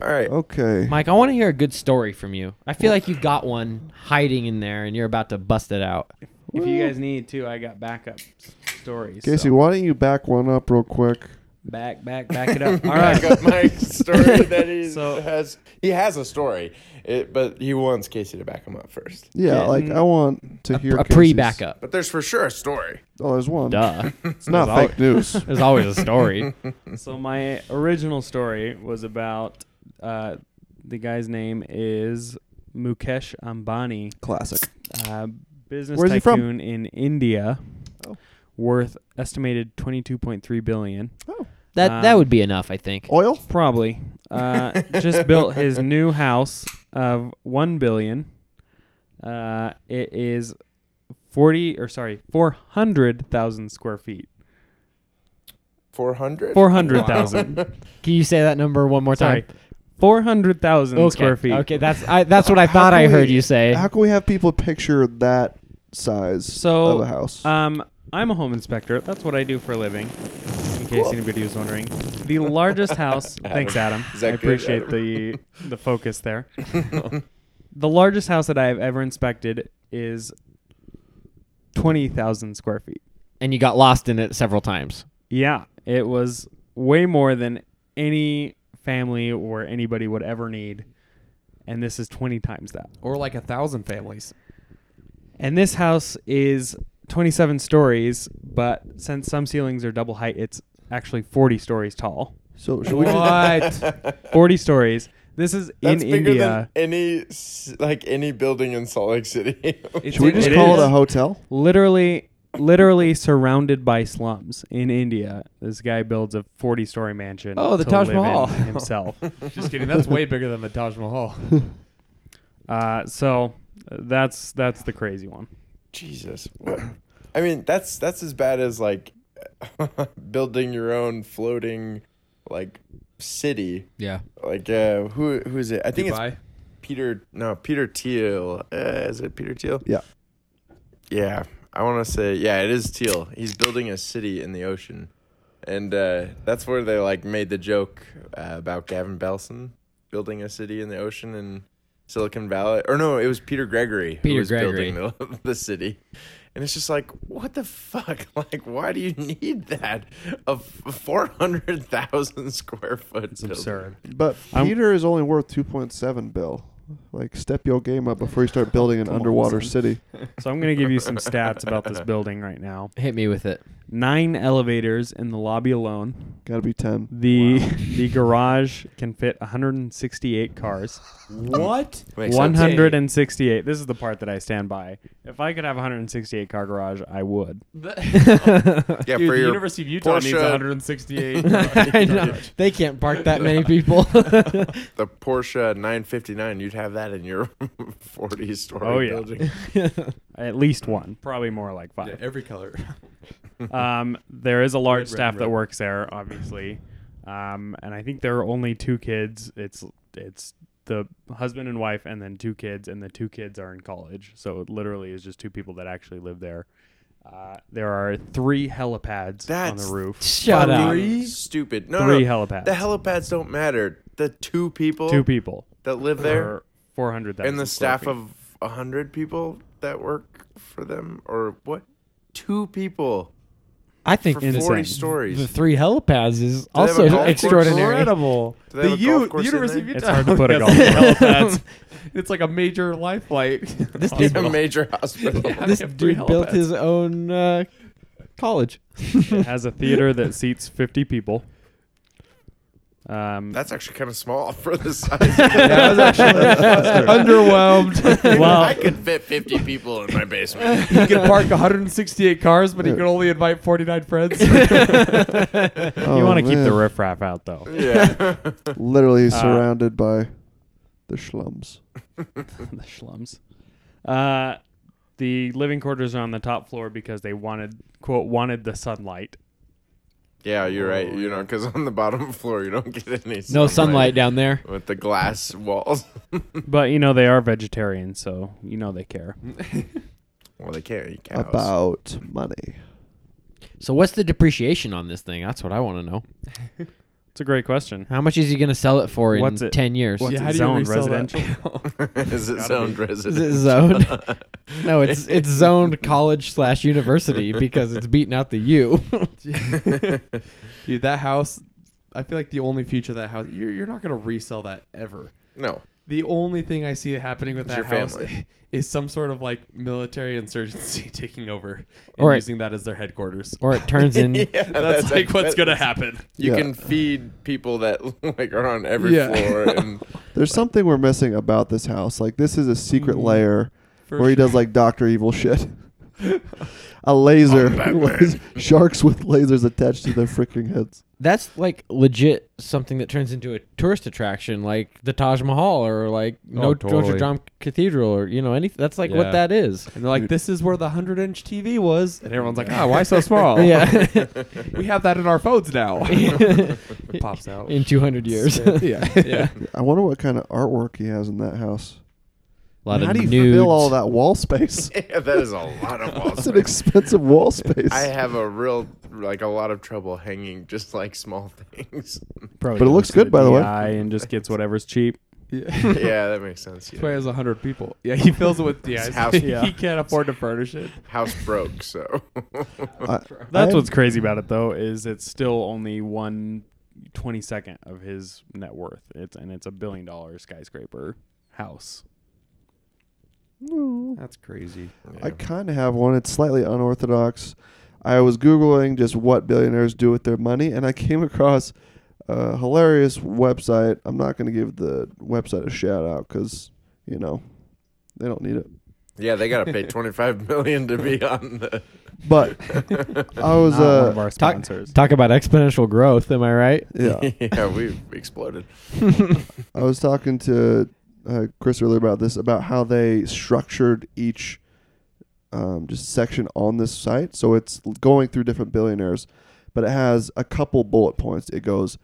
[SPEAKER 2] All right.
[SPEAKER 6] Oh.
[SPEAKER 2] [LAUGHS]
[SPEAKER 1] Okay.
[SPEAKER 5] Mike, I want to hear a good story from you. I feel like you've got one hiding in there, and you're about to bust it out.
[SPEAKER 6] If you guys need to, I got backup s- stories.
[SPEAKER 1] Casey,
[SPEAKER 6] so.
[SPEAKER 1] why don't you back one up real quick?
[SPEAKER 6] Back, back, back
[SPEAKER 2] [LAUGHS]
[SPEAKER 6] it up. All
[SPEAKER 2] Back
[SPEAKER 6] right.
[SPEAKER 2] up
[SPEAKER 6] [LAUGHS]
[SPEAKER 2] Mike's story that he
[SPEAKER 6] So-
[SPEAKER 2] has. He has a story, it, but he wants Casey to back him up first.
[SPEAKER 1] Yeah, like
[SPEAKER 6] Getting
[SPEAKER 1] I want to
[SPEAKER 5] mm. A,
[SPEAKER 1] hear
[SPEAKER 5] a
[SPEAKER 1] Casey's-
[SPEAKER 5] pre backup.
[SPEAKER 2] But there's for sure a story.
[SPEAKER 1] Oh, there's one.
[SPEAKER 5] Duh.
[SPEAKER 1] It's not
[SPEAKER 6] There's
[SPEAKER 1] fake news.
[SPEAKER 5] [LAUGHS] There's always a story.
[SPEAKER 6] So my original story was about uh, the guy's name is Mukesh Ambani,
[SPEAKER 1] Classic.
[SPEAKER 6] uh, business
[SPEAKER 1] Where's he from?
[SPEAKER 6] tycoon in India,
[SPEAKER 1] Oh.
[SPEAKER 6] worth estimated twenty two point three billion.
[SPEAKER 2] Oh.
[SPEAKER 5] That that
[SPEAKER 6] Um,
[SPEAKER 5] would be enough, I think.
[SPEAKER 1] Oil.
[SPEAKER 6] Probably.
[SPEAKER 2] [LAUGHS]
[SPEAKER 6] Uh, just built his new house of one billion. Uh, it is forty or sorry, four hundred thousand square feet.
[SPEAKER 2] Four hundred.
[SPEAKER 6] Four
[SPEAKER 2] [LAUGHS]
[SPEAKER 6] hundred thousand.
[SPEAKER 5] Can you say that number one more
[SPEAKER 6] sorry.
[SPEAKER 5] time?
[SPEAKER 6] Four hundred thousand
[SPEAKER 5] Okay.
[SPEAKER 6] square feet.
[SPEAKER 5] Okay, that's I, that's what I thought
[SPEAKER 1] How
[SPEAKER 5] I
[SPEAKER 1] can
[SPEAKER 5] heard
[SPEAKER 1] we-
[SPEAKER 5] you say.
[SPEAKER 1] How can we have people picture that size
[SPEAKER 6] So,
[SPEAKER 1] of a house?
[SPEAKER 6] Um, I'm a home inspector. That's what I do for a living. In case anybody was wondering, the largest house.
[SPEAKER 2] [LAUGHS]
[SPEAKER 6] thanks, Adam.
[SPEAKER 2] Is that
[SPEAKER 6] I
[SPEAKER 2] good,
[SPEAKER 6] appreciate
[SPEAKER 2] Adam? [LAUGHS]
[SPEAKER 6] the the focus there. [LAUGHS] the largest house that I have ever inspected is twenty thousand square feet.
[SPEAKER 5] And you got lost in it several times.
[SPEAKER 6] Yeah, it was way more than any family or anybody would ever need, and this is twenty times that.
[SPEAKER 4] Or like a thousand families.
[SPEAKER 6] And this house is 27 stories, but since some ceilings are double height, it's actually 40 stories tall.
[SPEAKER 1] so should we?
[SPEAKER 4] What?
[SPEAKER 6] [LAUGHS] 40 stories. This is
[SPEAKER 2] That's
[SPEAKER 6] in
[SPEAKER 2] bigger
[SPEAKER 6] India.
[SPEAKER 2] than any s- like any building in Salt Lake City.
[SPEAKER 1] [LAUGHS]
[SPEAKER 2] [LAUGHS]
[SPEAKER 1] Should we
[SPEAKER 6] It-
[SPEAKER 1] just
[SPEAKER 6] it
[SPEAKER 1] call
[SPEAKER 6] is.
[SPEAKER 1] it a hotel?
[SPEAKER 6] Literally, literally surrounded by slums in India. This guy builds a 40 story mansion.
[SPEAKER 4] Oh, the
[SPEAKER 6] to
[SPEAKER 4] Taj
[SPEAKER 6] live in
[SPEAKER 4] Mahal. [LAUGHS]
[SPEAKER 6] himself.
[SPEAKER 4] Just kidding. That's way bigger than the Taj Mahal.
[SPEAKER 6] uh, so uh, that's that's the crazy one.
[SPEAKER 2] Jesus. What? I mean, that's that's as bad as like [LAUGHS] building your own floating like city.
[SPEAKER 5] Yeah.
[SPEAKER 2] Like uh, who who is it? I think it's
[SPEAKER 4] Dubai.
[SPEAKER 2] Peter. No, Peter Thiel. Uh, is it Peter Thiel?
[SPEAKER 1] Yeah.
[SPEAKER 2] Yeah, I want to say yeah. It is Teal. He's building a city in the ocean, and uh, that's where they like made the joke uh, about Gavin Belson building a city in the ocean in Silicon Valley. Or no, it was Peter Gregory
[SPEAKER 5] Peter
[SPEAKER 2] who was
[SPEAKER 5] Gregory.
[SPEAKER 2] building the, [LAUGHS] the city. And it's just like, what the fuck? [LAUGHS] Like, why do you need that? A four hundred thousand square foot.
[SPEAKER 6] It's absurd.
[SPEAKER 1] But
[SPEAKER 6] I'm-
[SPEAKER 1] Peter is only worth 2.7 bill. Like step your game up before you start building an
[SPEAKER 6] Come on,
[SPEAKER 1] underwater
[SPEAKER 6] son.
[SPEAKER 1] city.
[SPEAKER 6] So I'm going to give you some stats about this building right now.
[SPEAKER 5] Hit me with [LAUGHS] it.
[SPEAKER 6] Nine elevators in the lobby alone.
[SPEAKER 1] Got to be 10.
[SPEAKER 6] The the garage can fit 168 cars.
[SPEAKER 4] [LAUGHS] What?
[SPEAKER 2] Makes sense.
[SPEAKER 6] 168. This is the part that I stand by. If I could have a 168 car garage, I would.
[SPEAKER 2] Yeah,
[SPEAKER 4] Dude,
[SPEAKER 2] for
[SPEAKER 4] the
[SPEAKER 2] your
[SPEAKER 4] University of Utah needs
[SPEAKER 2] Porsche. [LAUGHS]
[SPEAKER 4] [LAUGHS] 168.
[SPEAKER 5] I know. They can't park that many [LAUGHS] people.
[SPEAKER 2] the Porsche 959, you'd have that in your [LAUGHS] 40 story
[SPEAKER 6] Oh, yeah.
[SPEAKER 2] building.
[SPEAKER 6] At least one, probably more like
[SPEAKER 4] Yeah,
[SPEAKER 6] five.
[SPEAKER 4] every color.
[SPEAKER 6] Um, there is a
[SPEAKER 4] Red,
[SPEAKER 6] large
[SPEAKER 4] red,
[SPEAKER 6] staff that
[SPEAKER 4] red.
[SPEAKER 6] works there, obviously, um, and I think there are only two kids. It's it's the husband and wife, and then two kids, and the two kids are in college. So it literally is just two people that actually live there. Uh, there are three helipads on
[SPEAKER 2] That's
[SPEAKER 6] the roof.
[SPEAKER 5] Shut up.
[SPEAKER 2] Three? Stupid. No,
[SPEAKER 6] Three
[SPEAKER 2] no.
[SPEAKER 6] helipads.
[SPEAKER 2] The helipads don't matter. The two people
[SPEAKER 6] two people
[SPEAKER 2] that live there
[SPEAKER 6] four hundred thousand.
[SPEAKER 2] and the staff of 100 people that work for them or what? Two people
[SPEAKER 5] I think
[SPEAKER 2] for
[SPEAKER 5] the,
[SPEAKER 2] 40
[SPEAKER 6] insane.
[SPEAKER 2] stories.
[SPEAKER 5] the
[SPEAKER 2] [LAUGHS]
[SPEAKER 5] three helipads is
[SPEAKER 2] they have a
[SPEAKER 5] also
[SPEAKER 2] golf course?
[SPEAKER 5] extraordinary.
[SPEAKER 4] Incredible.
[SPEAKER 2] Do they have
[SPEAKER 4] The,
[SPEAKER 2] a golf
[SPEAKER 4] U- the
[SPEAKER 2] course in
[SPEAKER 4] University of
[SPEAKER 2] there?
[SPEAKER 4] Utah.
[SPEAKER 6] It's hard to
[SPEAKER 1] [LAUGHS]
[SPEAKER 6] put a
[SPEAKER 4] has
[SPEAKER 2] [LAUGHS]
[SPEAKER 6] golf
[SPEAKER 4] three helipads. [LAUGHS] it's like a major life flight.
[SPEAKER 5] [LAUGHS] This
[SPEAKER 2] It's
[SPEAKER 5] dude,
[SPEAKER 2] a major hospital.
[SPEAKER 5] this
[SPEAKER 4] they have three
[SPEAKER 5] dude built
[SPEAKER 4] helipads.
[SPEAKER 5] his own uh, college.
[SPEAKER 6] it has a theater that seats fifty people. Um,
[SPEAKER 2] That's actually kind of small [LAUGHS] for the size.
[SPEAKER 4] [LAUGHS] yeah, I was actually [LAUGHS] underwhelmed.
[SPEAKER 6] well,
[SPEAKER 2] I could fit 50 people in my
[SPEAKER 4] [LAUGHS]
[SPEAKER 2] basement.
[SPEAKER 4] he could park 168 cars, but he could only invite 49 [LAUGHS] friends.
[SPEAKER 1] Oh,
[SPEAKER 6] [LAUGHS] you want to keep the
[SPEAKER 1] man.
[SPEAKER 6] riffraff out though.
[SPEAKER 2] Yeah.
[SPEAKER 1] Literally
[SPEAKER 6] Uh,
[SPEAKER 1] surrounded by the slums.
[SPEAKER 6] [LAUGHS] the slums. Uh, the living quarters are on the top floor because they wanted quote wanted
[SPEAKER 4] [LAUGHS]
[SPEAKER 6] the sunlight.
[SPEAKER 2] Yeah, you're right. You know, because on the bottom [LAUGHS] floor, you don't get any sunlight.
[SPEAKER 5] No sunlight down there.
[SPEAKER 2] With the glass walls. [LAUGHS]
[SPEAKER 6] But you know they are vegetarian, so you know they care.
[SPEAKER 2] well, they can't eat cows.
[SPEAKER 1] About money.
[SPEAKER 5] So what's the depreciation on this thing? That's what I want to know.
[SPEAKER 6] It's a great question.
[SPEAKER 5] How much is he going to sell it for in
[SPEAKER 6] What's it-
[SPEAKER 5] 10 years?
[SPEAKER 6] What's
[SPEAKER 4] Yeah, how
[SPEAKER 6] it
[SPEAKER 4] do you
[SPEAKER 6] zoned
[SPEAKER 4] resell that?
[SPEAKER 6] residential?
[SPEAKER 2] [LAUGHS] Is it zoned
[SPEAKER 5] Is it
[SPEAKER 2] residential?
[SPEAKER 5] zoned? no, it's it's zoned college slash university because it's beating out the U.
[SPEAKER 4] [LAUGHS]
[SPEAKER 5] [LAUGHS]
[SPEAKER 4] Dude, that house. I feel like the only future of that house. You're, you're not gonna resell that ever.
[SPEAKER 2] [LAUGHS] No.
[SPEAKER 4] The only thing I see happening with
[SPEAKER 2] It's
[SPEAKER 4] that
[SPEAKER 2] your
[SPEAKER 4] house
[SPEAKER 2] family.
[SPEAKER 4] [LAUGHS] is some sort of like military insurgency [LAUGHS] taking over and
[SPEAKER 5] Or it-
[SPEAKER 4] using that as their headquarters.
[SPEAKER 5] or it turns [LAUGHS] in.
[SPEAKER 2] [LAUGHS]
[SPEAKER 4] that's, like what's
[SPEAKER 2] that-
[SPEAKER 4] gonna happen.
[SPEAKER 2] You
[SPEAKER 1] Yeah.
[SPEAKER 2] can feed people that [LAUGHS] like are on every
[SPEAKER 4] Yeah.
[SPEAKER 2] floor, and [LAUGHS]
[SPEAKER 1] There's something we're missing about this house. Like this is a secret
[SPEAKER 5] Mm-hmm.
[SPEAKER 1] layer
[SPEAKER 4] For
[SPEAKER 1] where he does like Doctor Evil shit.
[SPEAKER 5] [LAUGHS]
[SPEAKER 1] a laser,
[SPEAKER 2] I'm Batman.
[SPEAKER 1] sharks [LAUGHS] with lasers attached to their freaking heads.
[SPEAKER 5] That's like legit something that turns into a tourist attraction, like the Taj Mahal or like no
[SPEAKER 6] Oh, totally.
[SPEAKER 5] Notre Dame Cathedral or you know anything. That's like what
[SPEAKER 6] Yeah.
[SPEAKER 5] that [LAUGHS] is.
[SPEAKER 4] And they're like, this is where the 100 inch TV was. And everyone's like, ah,
[SPEAKER 5] [LAUGHS]
[SPEAKER 4] why so small?
[SPEAKER 5] yeah,
[SPEAKER 4] [LAUGHS] We have that in our phones
[SPEAKER 5] [LAUGHS]
[SPEAKER 4] now. it pops out. [LAUGHS]
[SPEAKER 5] in 200 years, [LAUGHS] a
[SPEAKER 4] yeah. yeah.
[SPEAKER 1] I wonder what kind of artwork he has in that house.
[SPEAKER 5] lot
[SPEAKER 1] How
[SPEAKER 5] of
[SPEAKER 1] do you
[SPEAKER 5] nudes.
[SPEAKER 1] fill all that wall
[SPEAKER 2] [LAUGHS]
[SPEAKER 1] space?
[SPEAKER 2] yeah, that is a lot of walls.
[SPEAKER 1] That's an expensive wall space.
[SPEAKER 2] I have a real like a lot of trouble hanging just like small [LAUGHS] things.
[SPEAKER 6] Probably
[SPEAKER 1] But it
[SPEAKER 6] goes
[SPEAKER 1] looks
[SPEAKER 6] to
[SPEAKER 1] good,
[SPEAKER 6] the
[SPEAKER 1] by the way.
[SPEAKER 6] DI And just gets whatever's cheap.
[SPEAKER 4] [LAUGHS] yeah.
[SPEAKER 2] yeah, that makes sense.
[SPEAKER 4] That's why he
[SPEAKER 2] Yeah.
[SPEAKER 4] has 100 people. Yeah, he fills it [LAUGHS] with
[SPEAKER 2] His
[SPEAKER 4] DIs.
[SPEAKER 2] house-
[SPEAKER 4] He can't afford to furnish it.
[SPEAKER 2] House broke, so [LAUGHS]
[SPEAKER 1] I-
[SPEAKER 6] That's
[SPEAKER 1] I-
[SPEAKER 6] what's crazy about it, though, is it's still only one twenty second of his net worth. It's and it's a billion dollar skyscraper house.
[SPEAKER 4] That's crazy.
[SPEAKER 1] I kind of have one. It's slightly unorthodox. I was Googling just what billionaires do with their money, and I came across a hilarious website. I'm not going to give the website a shout out because, you know, they don't need it.
[SPEAKER 2] yeah, they gotta pay twenty five million to be on the.
[SPEAKER 6] [LAUGHS]
[SPEAKER 1] But I was,
[SPEAKER 6] Not one of
[SPEAKER 1] uh,
[SPEAKER 6] our sponsors.
[SPEAKER 5] Talk about exponential growth. Am I right?
[SPEAKER 1] yeah,
[SPEAKER 2] [LAUGHS] yeah, we
[SPEAKER 1] [LAUGHS]
[SPEAKER 2] we exploded.
[SPEAKER 1] I was talking to uh, Chris earlier about this, about how they structured each um, just section on this site. So it's l- going through different billionaires, but it has a couple bullet points. It goes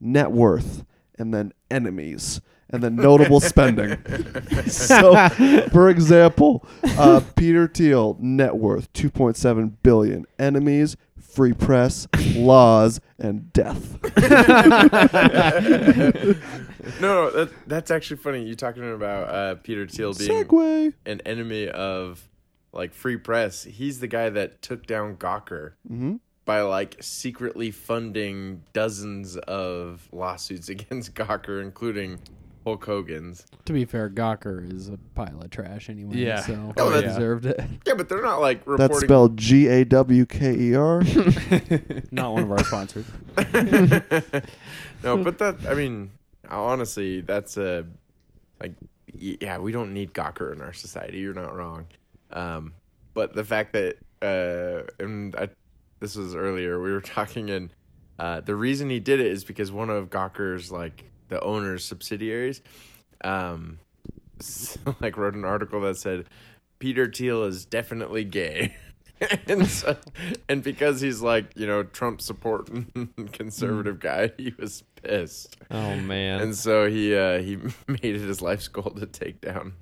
[SPEAKER 1] net worth and then enemies and then notable spending. [LAUGHS] so, for example, uh, Peter Thiel net worth 2.7 billion, enemies, free press, laws, and death.
[SPEAKER 2] No, that, that's actually funny. You talking about uh, Peter Thiel being
[SPEAKER 1] Segway.
[SPEAKER 2] an enemy of like free press. He's the guy that took down Gawker
[SPEAKER 1] Mm-hmm.
[SPEAKER 2] by like secretly funding dozens of lawsuits [LAUGHS] against Gawker, including Hulk Hogan's.
[SPEAKER 5] To be fair, Gawker is a pile of trash anyway.
[SPEAKER 4] Yeah. so
[SPEAKER 2] Oh, he that's-
[SPEAKER 5] deserved it.
[SPEAKER 2] Yeah, but they're not like reporting.
[SPEAKER 1] That's spelled G A W K E
[SPEAKER 5] [LAUGHS]
[SPEAKER 1] R.
[SPEAKER 6] Not one of our sponsors.
[SPEAKER 2] [LAUGHS] no, but that I mean, honestly, that's a like y- yeah, we don't need Gawker in our society. You're not wrong. Um, but the fact that uh, and I, this was earlier, we were [LAUGHS] talking, and uh, the reason he did it is because one of Gawker's like the owner's subsidiaries, um, [LAUGHS] like wrote an article that said Peter Thiel is definitely gay. [LAUGHS] and so, and because he's like you know Trump supporting [LAUGHS]
[SPEAKER 6] Mm.
[SPEAKER 2] conservative guy, he was pissed,
[SPEAKER 5] [LAUGHS] Oh man. [LAUGHS]
[SPEAKER 2] and so he uh, he [LAUGHS] made it his life's goal to take down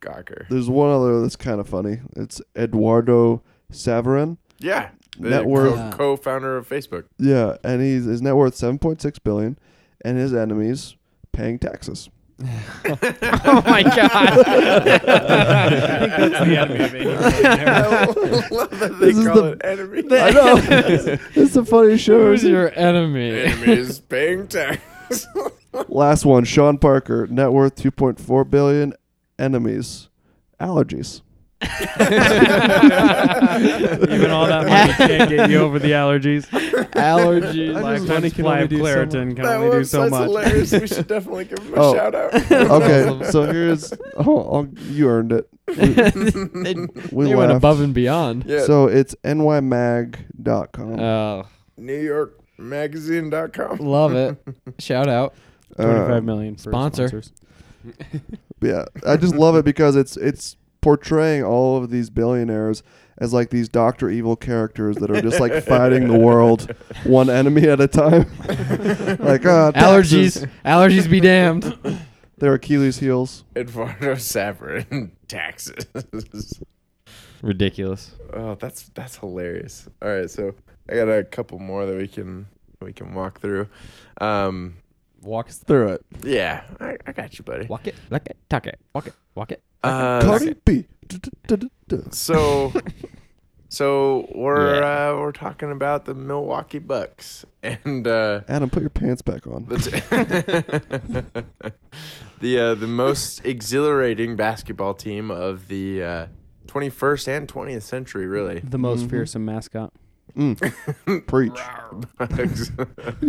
[SPEAKER 2] Gawker.
[SPEAKER 1] There's one other that's kind of funny. It's Eduardo Saverin.
[SPEAKER 2] Yeah, the
[SPEAKER 1] Net worth.
[SPEAKER 2] co- co-founder of Facebook.
[SPEAKER 1] Yeah, and he's his net worth 7.6 billion, and his enemies paying taxes.
[SPEAKER 5] oh
[SPEAKER 2] [LAUGHS]
[SPEAKER 5] my [LAUGHS] god.
[SPEAKER 6] that's the enemy of
[SPEAKER 2] I love that they
[SPEAKER 1] This is
[SPEAKER 2] call
[SPEAKER 1] the-
[SPEAKER 2] it enemy.
[SPEAKER 1] [LAUGHS] I
[SPEAKER 5] [LAUGHS]
[SPEAKER 1] know.
[SPEAKER 2] [LAUGHS]
[SPEAKER 1] it's the funniest show. I've
[SPEAKER 5] Who's
[SPEAKER 1] seen.
[SPEAKER 5] your [LAUGHS] enemy?
[SPEAKER 2] enemy is paying tax. [LAUGHS]
[SPEAKER 1] Last one, Sean Parker, net worth 2.4 billion, enemies,
[SPEAKER 5] [LAUGHS]
[SPEAKER 1] allergies.
[SPEAKER 6] [LAUGHS] Even all that money can't get [LAUGHS] you over the allergies.
[SPEAKER 5] Allergies.
[SPEAKER 6] Black money can only do Claritin can
[SPEAKER 2] that
[SPEAKER 6] only do
[SPEAKER 2] was
[SPEAKER 6] so much.
[SPEAKER 5] [LAUGHS]
[SPEAKER 2] hilarious. We should definitely give him a
[SPEAKER 1] Oh.
[SPEAKER 2] shout out. [LAUGHS]
[SPEAKER 1] Okay, so here's oh, I'll, you earned it.
[SPEAKER 5] they [LAUGHS]
[SPEAKER 1] We
[SPEAKER 5] they
[SPEAKER 1] laughed.
[SPEAKER 5] went above and beyond.
[SPEAKER 2] Yeah,
[SPEAKER 1] So it's nymag.com.
[SPEAKER 6] Uh,
[SPEAKER 5] Oh,
[SPEAKER 2] NewYorkMagazine.com.
[SPEAKER 5] love it. Shout [LAUGHS] out.
[SPEAKER 1] Uh,
[SPEAKER 6] Twenty-five million for
[SPEAKER 5] Sponsor.
[SPEAKER 6] sponsors.
[SPEAKER 1] Yeah, I just love it because it's it's portraying all of these billionaires as like these Doctor Evil characters that are just like fighting the world one enemy at a time. like uh, taxes.
[SPEAKER 5] Allergies. [LAUGHS] Allergies be damned.
[SPEAKER 1] their Achilles heels.
[SPEAKER 2] Eduardo Saverin [LAUGHS] taxes.
[SPEAKER 5] Ridiculous.
[SPEAKER 2] Oh, that's that's hilarious. All right, so I got a couple more that we can we can walk through. Um,
[SPEAKER 1] Walks through it.
[SPEAKER 2] yeah, I, I got you, buddy.
[SPEAKER 5] Walk it, like it, tuck it, walk it, walk it.
[SPEAKER 2] Uh,
[SPEAKER 1] Cardi B. Du-du-du-du-du.
[SPEAKER 2] So, so we're uh, we're talking about the Milwaukee Bucks, [LAUGHS] and uh,
[SPEAKER 1] Adam, put your pants back on.
[SPEAKER 2] the t- [LAUGHS] the, uh, the most exhilarating basketball team of the uh, 21st and 20th century, really. [LAUGHS]
[SPEAKER 6] The most
[SPEAKER 1] Mhm.
[SPEAKER 6] fearsome mascot.
[SPEAKER 1] Mm. Preach. [LAUGHS]
[SPEAKER 2] Bucks.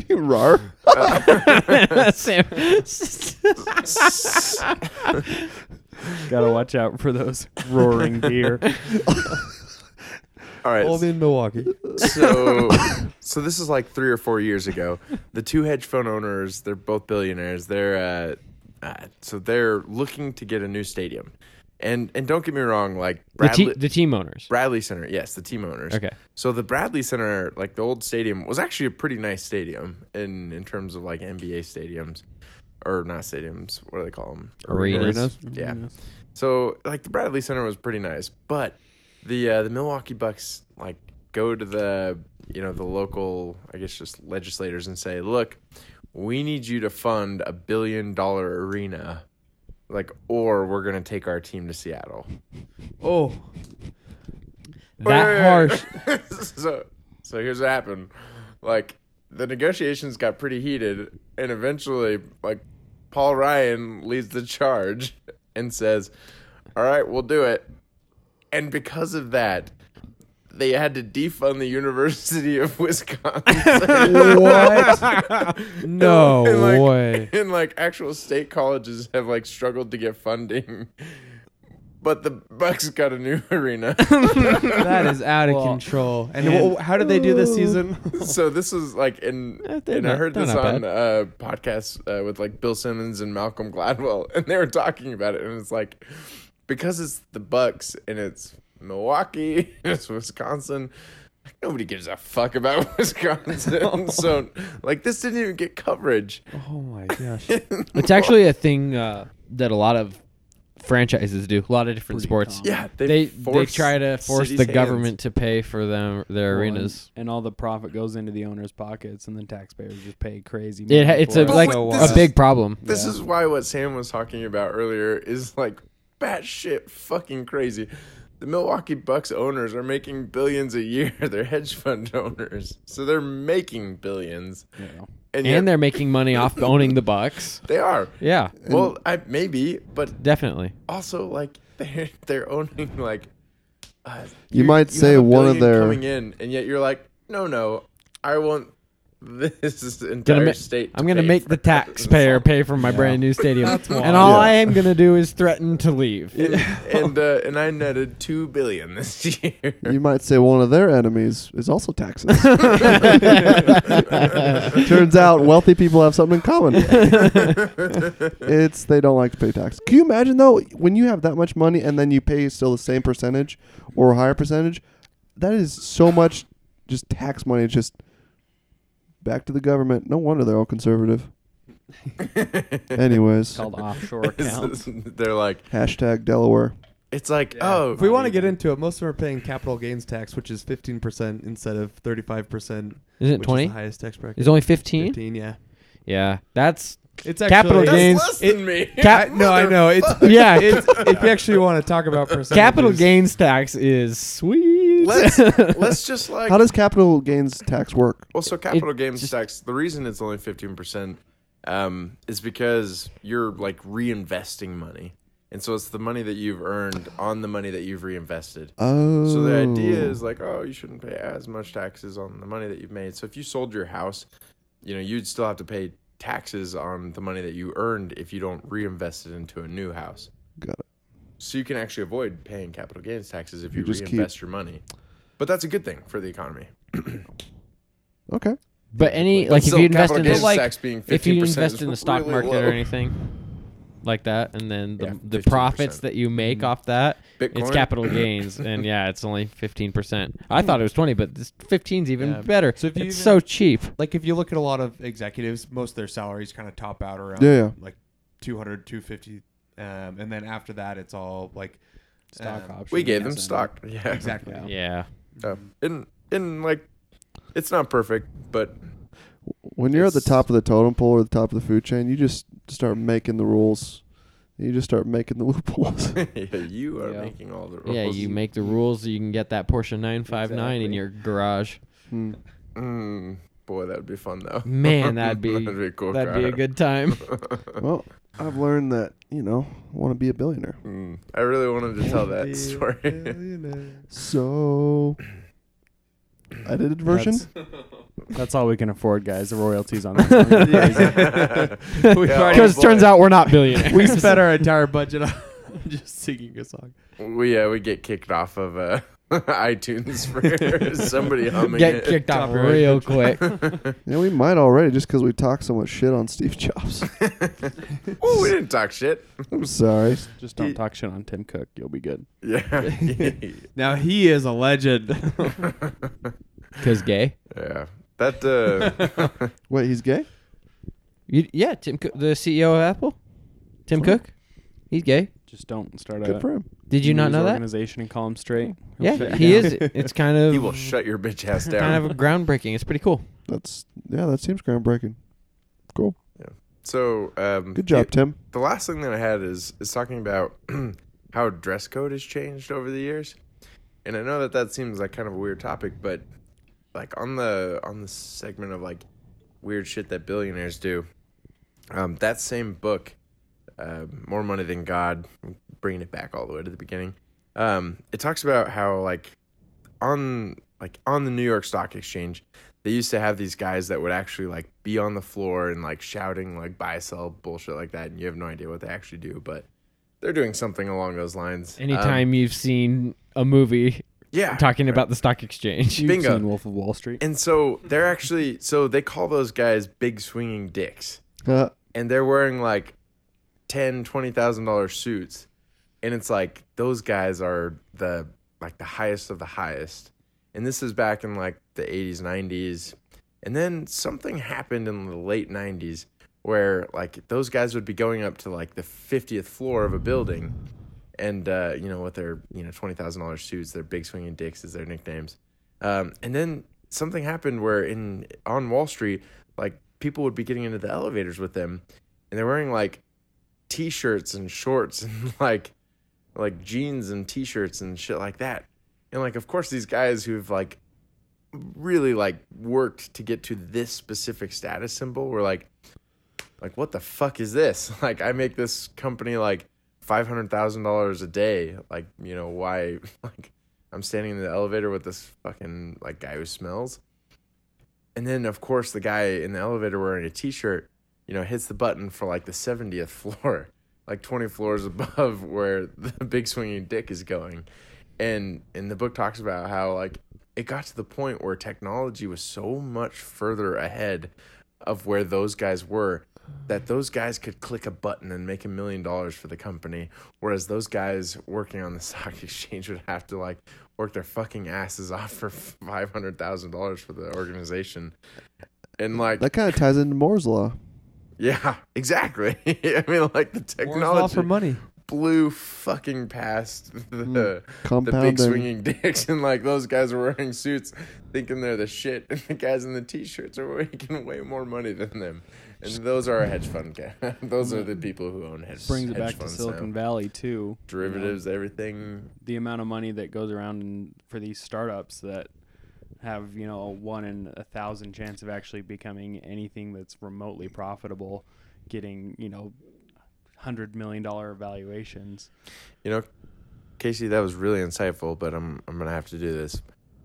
[SPEAKER 1] you rar.
[SPEAKER 5] [LAUGHS] Sam,
[SPEAKER 6] Gotta watch out for those roaring [LAUGHS] deer.
[SPEAKER 2] All right.
[SPEAKER 4] All in Milwaukee.
[SPEAKER 2] so so this is like three or four years ago. The two hedge fund owners, they're both billionaires. They're uh, uh, so they're looking to get a new stadium, and and don't get me wrong, like
[SPEAKER 5] the,
[SPEAKER 2] Bradley
[SPEAKER 5] te- the team owners.
[SPEAKER 2] Bradley Center, yes, the team owners.
[SPEAKER 5] Okay.
[SPEAKER 2] So the Bradley Center, like the old stadium, was actually a pretty nice stadium in in terms of like NBA stadiums, or not stadiums. What do they call them?
[SPEAKER 5] Arenas.
[SPEAKER 6] [LAUGHS]
[SPEAKER 2] Yeah.
[SPEAKER 6] Mm-hmm.
[SPEAKER 2] So like the Bradley Center was pretty nice, but the uh, the Milwaukee Bucks like go to the you know the local I guess just legislators and say, look, we need you to fund a billion dollar arena, like or we're gonna take our team to Seattle.
[SPEAKER 4] Oh,
[SPEAKER 5] That harsh.
[SPEAKER 2] [LAUGHS] so so here's what happened. Like the negotiations got pretty heated and eventually like Paul Ryan leads the charge and says, "All right, we'll do it." And because of that, they had to defund the University of [LAUGHS] Wisconsin.
[SPEAKER 3] No
[SPEAKER 2] [LAUGHS] And, like,
[SPEAKER 3] way.
[SPEAKER 2] And like actual state colleges have like struggled to get funding. But the Bucks got a new [LAUGHS] arena.
[SPEAKER 4] [LAUGHS] that is out of
[SPEAKER 6] Well,
[SPEAKER 4] control. And, wh- how did they do
[SPEAKER 5] [LAUGHS]
[SPEAKER 4] this season?
[SPEAKER 2] so this was like in
[SPEAKER 5] Eh, they're
[SPEAKER 2] and I
[SPEAKER 5] not-
[SPEAKER 2] heard
[SPEAKER 5] they're
[SPEAKER 2] this
[SPEAKER 5] not
[SPEAKER 2] on uh podcast uh, with like Bill Simmons and Malcolm Gladwell [LAUGHS] and they were talking about it and it's like because it's the Bucks and it's Milwaukee [LAUGHS] and it's Wisconsin like, nobody gives a fuck about [LAUGHS]
[SPEAKER 5] [LAUGHS]
[SPEAKER 2] Wisconsin so like this didn't even get coverage
[SPEAKER 4] oh my gosh.
[SPEAKER 5] It's actually a thing uh, that a lot of franchises do. A lot of different sports.
[SPEAKER 2] yeah
[SPEAKER 5] They they
[SPEAKER 2] force
[SPEAKER 5] try to force
[SPEAKER 2] cities'
[SPEAKER 5] the
[SPEAKER 2] hands.
[SPEAKER 5] government to pay for them their arenas.
[SPEAKER 6] And, all the profit goes into the owner's pockets, and then taxpayers just pay crazy.
[SPEAKER 5] It, ha-
[SPEAKER 6] money
[SPEAKER 5] it's
[SPEAKER 6] for
[SPEAKER 5] a
[SPEAKER 6] it.
[SPEAKER 5] like
[SPEAKER 4] So
[SPEAKER 5] a
[SPEAKER 2] wild.
[SPEAKER 5] big problem.
[SPEAKER 2] This
[SPEAKER 6] Yeah.
[SPEAKER 2] is why what Sam was talking about earlier is like batshit fucking crazy. The Milwaukee Bucks owners are making billions a year. [LAUGHS] They're hedge fund owners, so they're making billions,
[SPEAKER 6] You know.
[SPEAKER 2] and,
[SPEAKER 5] And
[SPEAKER 2] yet
[SPEAKER 5] they're making
[SPEAKER 2] [LAUGHS]
[SPEAKER 5] money off owning the Bucks.
[SPEAKER 2] they are.
[SPEAKER 5] Yeah,
[SPEAKER 2] Well, I maybe, but
[SPEAKER 5] definitely.
[SPEAKER 2] also like [LAUGHS] they're they're owning like. Uh,
[SPEAKER 1] You might say
[SPEAKER 2] have a
[SPEAKER 1] one of
[SPEAKER 2] billion
[SPEAKER 1] their-
[SPEAKER 2] coming in, and yet you're like, no, no, I want [LAUGHS] this entire
[SPEAKER 5] Gonna ma-
[SPEAKER 2] state. to
[SPEAKER 5] I'm gonna
[SPEAKER 2] pay
[SPEAKER 5] make
[SPEAKER 2] for [LAUGHS]
[SPEAKER 5] the
[SPEAKER 2] it." It's
[SPEAKER 5] taxpayer
[SPEAKER 2] like-
[SPEAKER 5] pay for my brand new stadium, and
[SPEAKER 1] wild.
[SPEAKER 5] all
[SPEAKER 1] Yeah.
[SPEAKER 5] I am gonna do is threaten to leave.
[SPEAKER 2] and and, uh, and I netted two billion this [LAUGHS] year.
[SPEAKER 4] [LAUGHS]
[SPEAKER 1] You might say one of their enemies is also taxes. Turns out wealthy people have something in
[SPEAKER 2] [LAUGHS]
[SPEAKER 1] common. it's they don't like to pay tax. Can you imagine though when you have that much money and then you pay still the same percentage or a higher percentage? That is so much just tax money just back to the government. No wonder they're all
[SPEAKER 2] [LAUGHS]
[SPEAKER 1] conservative.
[SPEAKER 6] It's
[SPEAKER 1] Anyways,
[SPEAKER 6] called
[SPEAKER 2] [LAUGHS]
[SPEAKER 6] offshore accounts.
[SPEAKER 2] They're like,
[SPEAKER 1] hashtag Delaware.
[SPEAKER 2] it's like, oh,
[SPEAKER 4] If we want to get into it, most of them are paying capital gains tax, which is 15% instead of 35%.
[SPEAKER 5] Isn't
[SPEAKER 4] which
[SPEAKER 5] it
[SPEAKER 4] is
[SPEAKER 5] twenty?
[SPEAKER 4] the highest tax bracket.
[SPEAKER 5] It's only fifteen.
[SPEAKER 4] 15, yeah.
[SPEAKER 5] Yeah, that's
[SPEAKER 4] It's
[SPEAKER 5] Capital
[SPEAKER 4] actually-
[SPEAKER 2] that's
[SPEAKER 5] gains-
[SPEAKER 2] less
[SPEAKER 4] it-
[SPEAKER 2] than me. [LAUGHS]
[SPEAKER 4] I- no, I know. It's
[SPEAKER 5] yeah.
[SPEAKER 4] [LAUGHS] it's, if you actually want to talk about percentages,
[SPEAKER 5] capital gains tax is sweet.
[SPEAKER 2] let's
[SPEAKER 4] [LAUGHS]
[SPEAKER 2] let's just like
[SPEAKER 1] How does capital gains tax work?
[SPEAKER 2] well, so capital
[SPEAKER 5] it
[SPEAKER 2] gains
[SPEAKER 5] just-
[SPEAKER 2] tax. The reason it's only fifteen percent um, is because you're like reinvesting money, and so it's the money that you've earned on the money that you've reinvested.
[SPEAKER 1] Oh,
[SPEAKER 2] So the idea is like, oh, you shouldn't pay as much taxes on the money that you've made. So if you sold your house, you know, you'd still have to pay taxes on the money that you earned if you don't reinvest it into a new house.
[SPEAKER 1] Got
[SPEAKER 2] it. So you can actually avoid paying capital gains taxes if
[SPEAKER 1] You
[SPEAKER 2] you,
[SPEAKER 1] just keep-
[SPEAKER 2] reinvest your money. But that's a good thing for the economy.
[SPEAKER 1] okay.
[SPEAKER 5] But any like if
[SPEAKER 2] So
[SPEAKER 5] you invest
[SPEAKER 2] capital
[SPEAKER 5] in
[SPEAKER 2] gains
[SPEAKER 5] the, like
[SPEAKER 2] tax being 15%
[SPEAKER 5] if you
[SPEAKER 2] is
[SPEAKER 5] invest in the stock
[SPEAKER 2] really
[SPEAKER 5] market
[SPEAKER 2] low.
[SPEAKER 5] or anything like that, and then the,
[SPEAKER 2] Yeah,
[SPEAKER 5] the
[SPEAKER 2] 15%.
[SPEAKER 5] profits that you make off that, it's
[SPEAKER 2] Bitcoin?
[SPEAKER 5] capital gains, and yeah, it's only fifteen percent. I thought it was twenty, but this fifteen's even
[SPEAKER 4] Yeah.
[SPEAKER 5] better.
[SPEAKER 4] So if you
[SPEAKER 5] it's
[SPEAKER 4] even-
[SPEAKER 5] so cheap.
[SPEAKER 4] like if you look at a lot of executives, most of their salaries kind of top out around
[SPEAKER 1] Yeah, yeah.
[SPEAKER 4] like 200, 250 um, and then after that it's all like
[SPEAKER 6] Stock
[SPEAKER 4] um,
[SPEAKER 6] options.
[SPEAKER 2] We gave them
[SPEAKER 6] yes, I know.
[SPEAKER 2] stock. [LAUGHS] Yeah.
[SPEAKER 4] Exactly.
[SPEAKER 6] Yeah.
[SPEAKER 5] Yeah,
[SPEAKER 2] Uh, in in like it's not perfect, but [LAUGHS]
[SPEAKER 1] When you're at
[SPEAKER 2] It's-
[SPEAKER 1] the top of the totem pole or the top of the food chain, you just start making the rules. You just start making the [LAUGHS] loopholes.
[SPEAKER 2] yeah, you are
[SPEAKER 5] Yeah.
[SPEAKER 2] making all the rules.
[SPEAKER 5] Yeah, you make the rules so you can get that Porsche 959 in
[SPEAKER 6] Exactly.
[SPEAKER 5] your garage.
[SPEAKER 1] Hmm.
[SPEAKER 2] Mm, boy, that would be fun though. [LAUGHS]
[SPEAKER 5] Man, that'd be-
[SPEAKER 2] that'd be a cool
[SPEAKER 5] That'd be a
[SPEAKER 2] car.
[SPEAKER 5] good time.
[SPEAKER 1] [LAUGHS] Well, I've learned that you know I want to be a billionaire.
[SPEAKER 2] Mm, I really wanted to tell
[SPEAKER 4] [LAUGHS]
[SPEAKER 2] that story.
[SPEAKER 1] So edited version. [LAUGHS]
[SPEAKER 6] That's all we can afford, guys. The
[SPEAKER 2] [LAUGHS]
[SPEAKER 6] royalties on that.
[SPEAKER 2] We've already-
[SPEAKER 5] Because turns out we're [LAUGHS] not billionaires.
[SPEAKER 4] we
[SPEAKER 5] [LAUGHS]
[SPEAKER 4] spent our entire budget on [LAUGHS] just singing a song.
[SPEAKER 2] we uh, we get kicked off of uh, [LAUGHS] iTunes
[SPEAKER 5] [LAUGHS]
[SPEAKER 2] for somebody humming
[SPEAKER 5] get
[SPEAKER 2] it.
[SPEAKER 5] kicked off real quick.
[SPEAKER 1] Yeah, we might already just because we talked so much shit on Steve [LAUGHS] Jobs.
[SPEAKER 2] [LAUGHS] Ooh, we didn't talk shit. [LAUGHS]
[SPEAKER 1] I'm sorry.
[SPEAKER 6] Just don't talk shit on Tim Cook. You'll be good.
[SPEAKER 2] Yeah.
[SPEAKER 4] [LAUGHS]
[SPEAKER 2] [LAUGHS]
[SPEAKER 4] Now he is a legend.
[SPEAKER 5] Because gay.
[SPEAKER 2] yeah.
[SPEAKER 4] [LAUGHS]
[SPEAKER 2] That uh [LAUGHS]
[SPEAKER 1] Wait, he's gay?
[SPEAKER 5] You, yeah, Tim, Cook, the CEO of Apple, Tim Cook, he's gay.
[SPEAKER 6] Just don't start
[SPEAKER 1] Good
[SPEAKER 6] a
[SPEAKER 1] for him.
[SPEAKER 5] Did you not
[SPEAKER 6] news
[SPEAKER 5] know that?
[SPEAKER 6] organization and call him straight. He'll shut
[SPEAKER 5] Yeah,
[SPEAKER 6] you
[SPEAKER 5] he
[SPEAKER 6] [LAUGHS] down.
[SPEAKER 5] is. It's kind [LAUGHS] of
[SPEAKER 2] he will shut your bitch ass down.
[SPEAKER 5] kind of groundbreaking. It's pretty cool.
[SPEAKER 1] That's yeah. That seems groundbreaking. Cool.
[SPEAKER 2] so um
[SPEAKER 1] Good job,
[SPEAKER 2] the-
[SPEAKER 1] Tim.
[SPEAKER 2] the last thing that I had is is talking about [CLEARS THROAT] how dress code has changed over the years, and I know that that seems like kind of a weird topic, but like on the on the segment of like weird shit that billionaires do, um, that same book, uh, More Money Than God, bringing it back all the way to the beginning, um, it talks about how like on like on the New York Stock Exchange, they used to have these guys that would actually like be on the floor and like shouting like buy sell bullshit like that, and you have no idea what they actually do, but they're doing something along those lines. Um,
[SPEAKER 5] Anytime you've seen a movie
[SPEAKER 2] yeah,
[SPEAKER 5] talking about the stock exchange,
[SPEAKER 6] You've
[SPEAKER 2] Bingo.
[SPEAKER 6] seen Wolf of Wall Street.
[SPEAKER 2] and so they're actually so they call those guys big swinging dicks.
[SPEAKER 1] Uh,
[SPEAKER 2] and they're wearing like ten, twenty thousand dollar suits, and it's like those guys are the like the highest of the highest. And this is back in like the eighties, nineties, and then something happened in the late nineties where like those guys would be going up to like the fiftieth floor of a building, and uh, you know with their you know twenty thousand dollar suits, their big swinging dicks is their nicknames. Um, and then something happened where in on Wall Street, like people would be getting into the elevators with them, and they're wearing like t-shirts and shorts and [LAUGHS] like like jeans and t-shirts and shit like that. And like of course these guys who've like really like worked to get to this specific status symbol were like like what the fuck is this? [LAUGHS] Like I make this company like $500,000 a day. Like, you know, why [LAUGHS] like I'm standing in the elevator with this fucking like guy who smells. And then of course the guy in the elevator wearing a t-shirt, you know, hits the button for like the 70th floor, [LAUGHS] like 20 floors above [LAUGHS] where the big swinging dick is going. And and the book talks about how like it got to the point where technology was so much further ahead of where those guys were that those guys could click a button and make a million dollars for the company whereas those guys working on the [LAUGHS] stock exchange would have to like work their fucking asses off for [LAUGHS] $500,000 for the organization and like
[SPEAKER 1] that kind of ties into Moore's law.
[SPEAKER 2] yeah [LAUGHS] exactly i mean like the
[SPEAKER 4] all for
[SPEAKER 2] technology
[SPEAKER 4] money.
[SPEAKER 2] blew fucking past [LAUGHS] the
[SPEAKER 6] Mm,
[SPEAKER 2] the
[SPEAKER 1] Compounding.
[SPEAKER 2] big swinging [LAUGHS] dicks and like those guys are wearing suits thinking they're the shit [LAUGHS] and the guys in the t-shirts are [LAUGHS] making way more money than them and those are our hedge fund guys [LAUGHS] those are the people who own hedge,
[SPEAKER 6] Mm. brings it
[SPEAKER 2] hedge
[SPEAKER 6] back to
[SPEAKER 2] funds
[SPEAKER 6] Silicon
[SPEAKER 2] now.
[SPEAKER 6] Valley too.
[SPEAKER 2] derivatives everything
[SPEAKER 6] The amount of money that goes around in, for these startups that have you know a one in a thousand chance of actually becoming anything that's remotely profitable, getting you know hundred million
[SPEAKER 2] [LAUGHS]
[SPEAKER 6] dollar valuations.
[SPEAKER 2] you know casey that was really insightful but i'm, I'm gonna have to do this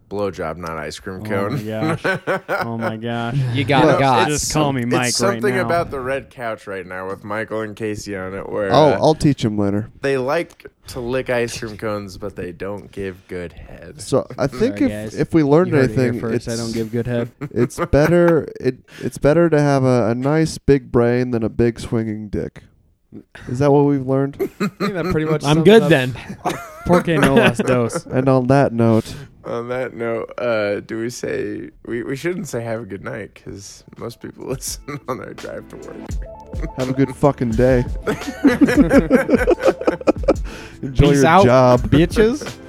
[SPEAKER 2] blowjob not ice cream
[SPEAKER 6] Oh
[SPEAKER 2] cone
[SPEAKER 6] my gosh!
[SPEAKER 2] [LAUGHS]
[SPEAKER 6] oh my gosh!
[SPEAKER 5] you got
[SPEAKER 2] You know,
[SPEAKER 5] got.
[SPEAKER 2] it's
[SPEAKER 6] Just call me Mike right
[SPEAKER 2] it's something
[SPEAKER 6] now.
[SPEAKER 2] about the red couch right now with michael and casey on it where
[SPEAKER 1] Oh,
[SPEAKER 2] uh,
[SPEAKER 1] I'll teach him later.
[SPEAKER 2] they like to lick ice cream cones but they don't give good head [LAUGHS]
[SPEAKER 1] So I think
[SPEAKER 6] Sorry,
[SPEAKER 1] if
[SPEAKER 6] guys.
[SPEAKER 1] if we learned anything,
[SPEAKER 6] first. I
[SPEAKER 1] it's- [LAUGHS]
[SPEAKER 6] don't give good head.
[SPEAKER 1] it's better it it's better to have a, a nice big brain than a big swinging dick. Is that what we've
[SPEAKER 6] [LAUGHS]
[SPEAKER 1] learned?
[SPEAKER 4] I think that pretty
[SPEAKER 2] [LAUGHS]
[SPEAKER 4] much.
[SPEAKER 5] I'm
[SPEAKER 4] sums
[SPEAKER 5] good
[SPEAKER 4] up-
[SPEAKER 5] then.
[SPEAKER 6] Porque no las dos.
[SPEAKER 1] and on that note,
[SPEAKER 2] On that note, uh, do we say we, we shouldn't say have a good night because most people [LAUGHS] listen on their drive to work.
[SPEAKER 1] have a good [LAUGHS]
[SPEAKER 6] [LAUGHS]
[SPEAKER 1] fucking day. Enjoy
[SPEAKER 5] Peace
[SPEAKER 1] your
[SPEAKER 5] out,
[SPEAKER 1] job.
[SPEAKER 5] [LAUGHS] bitches.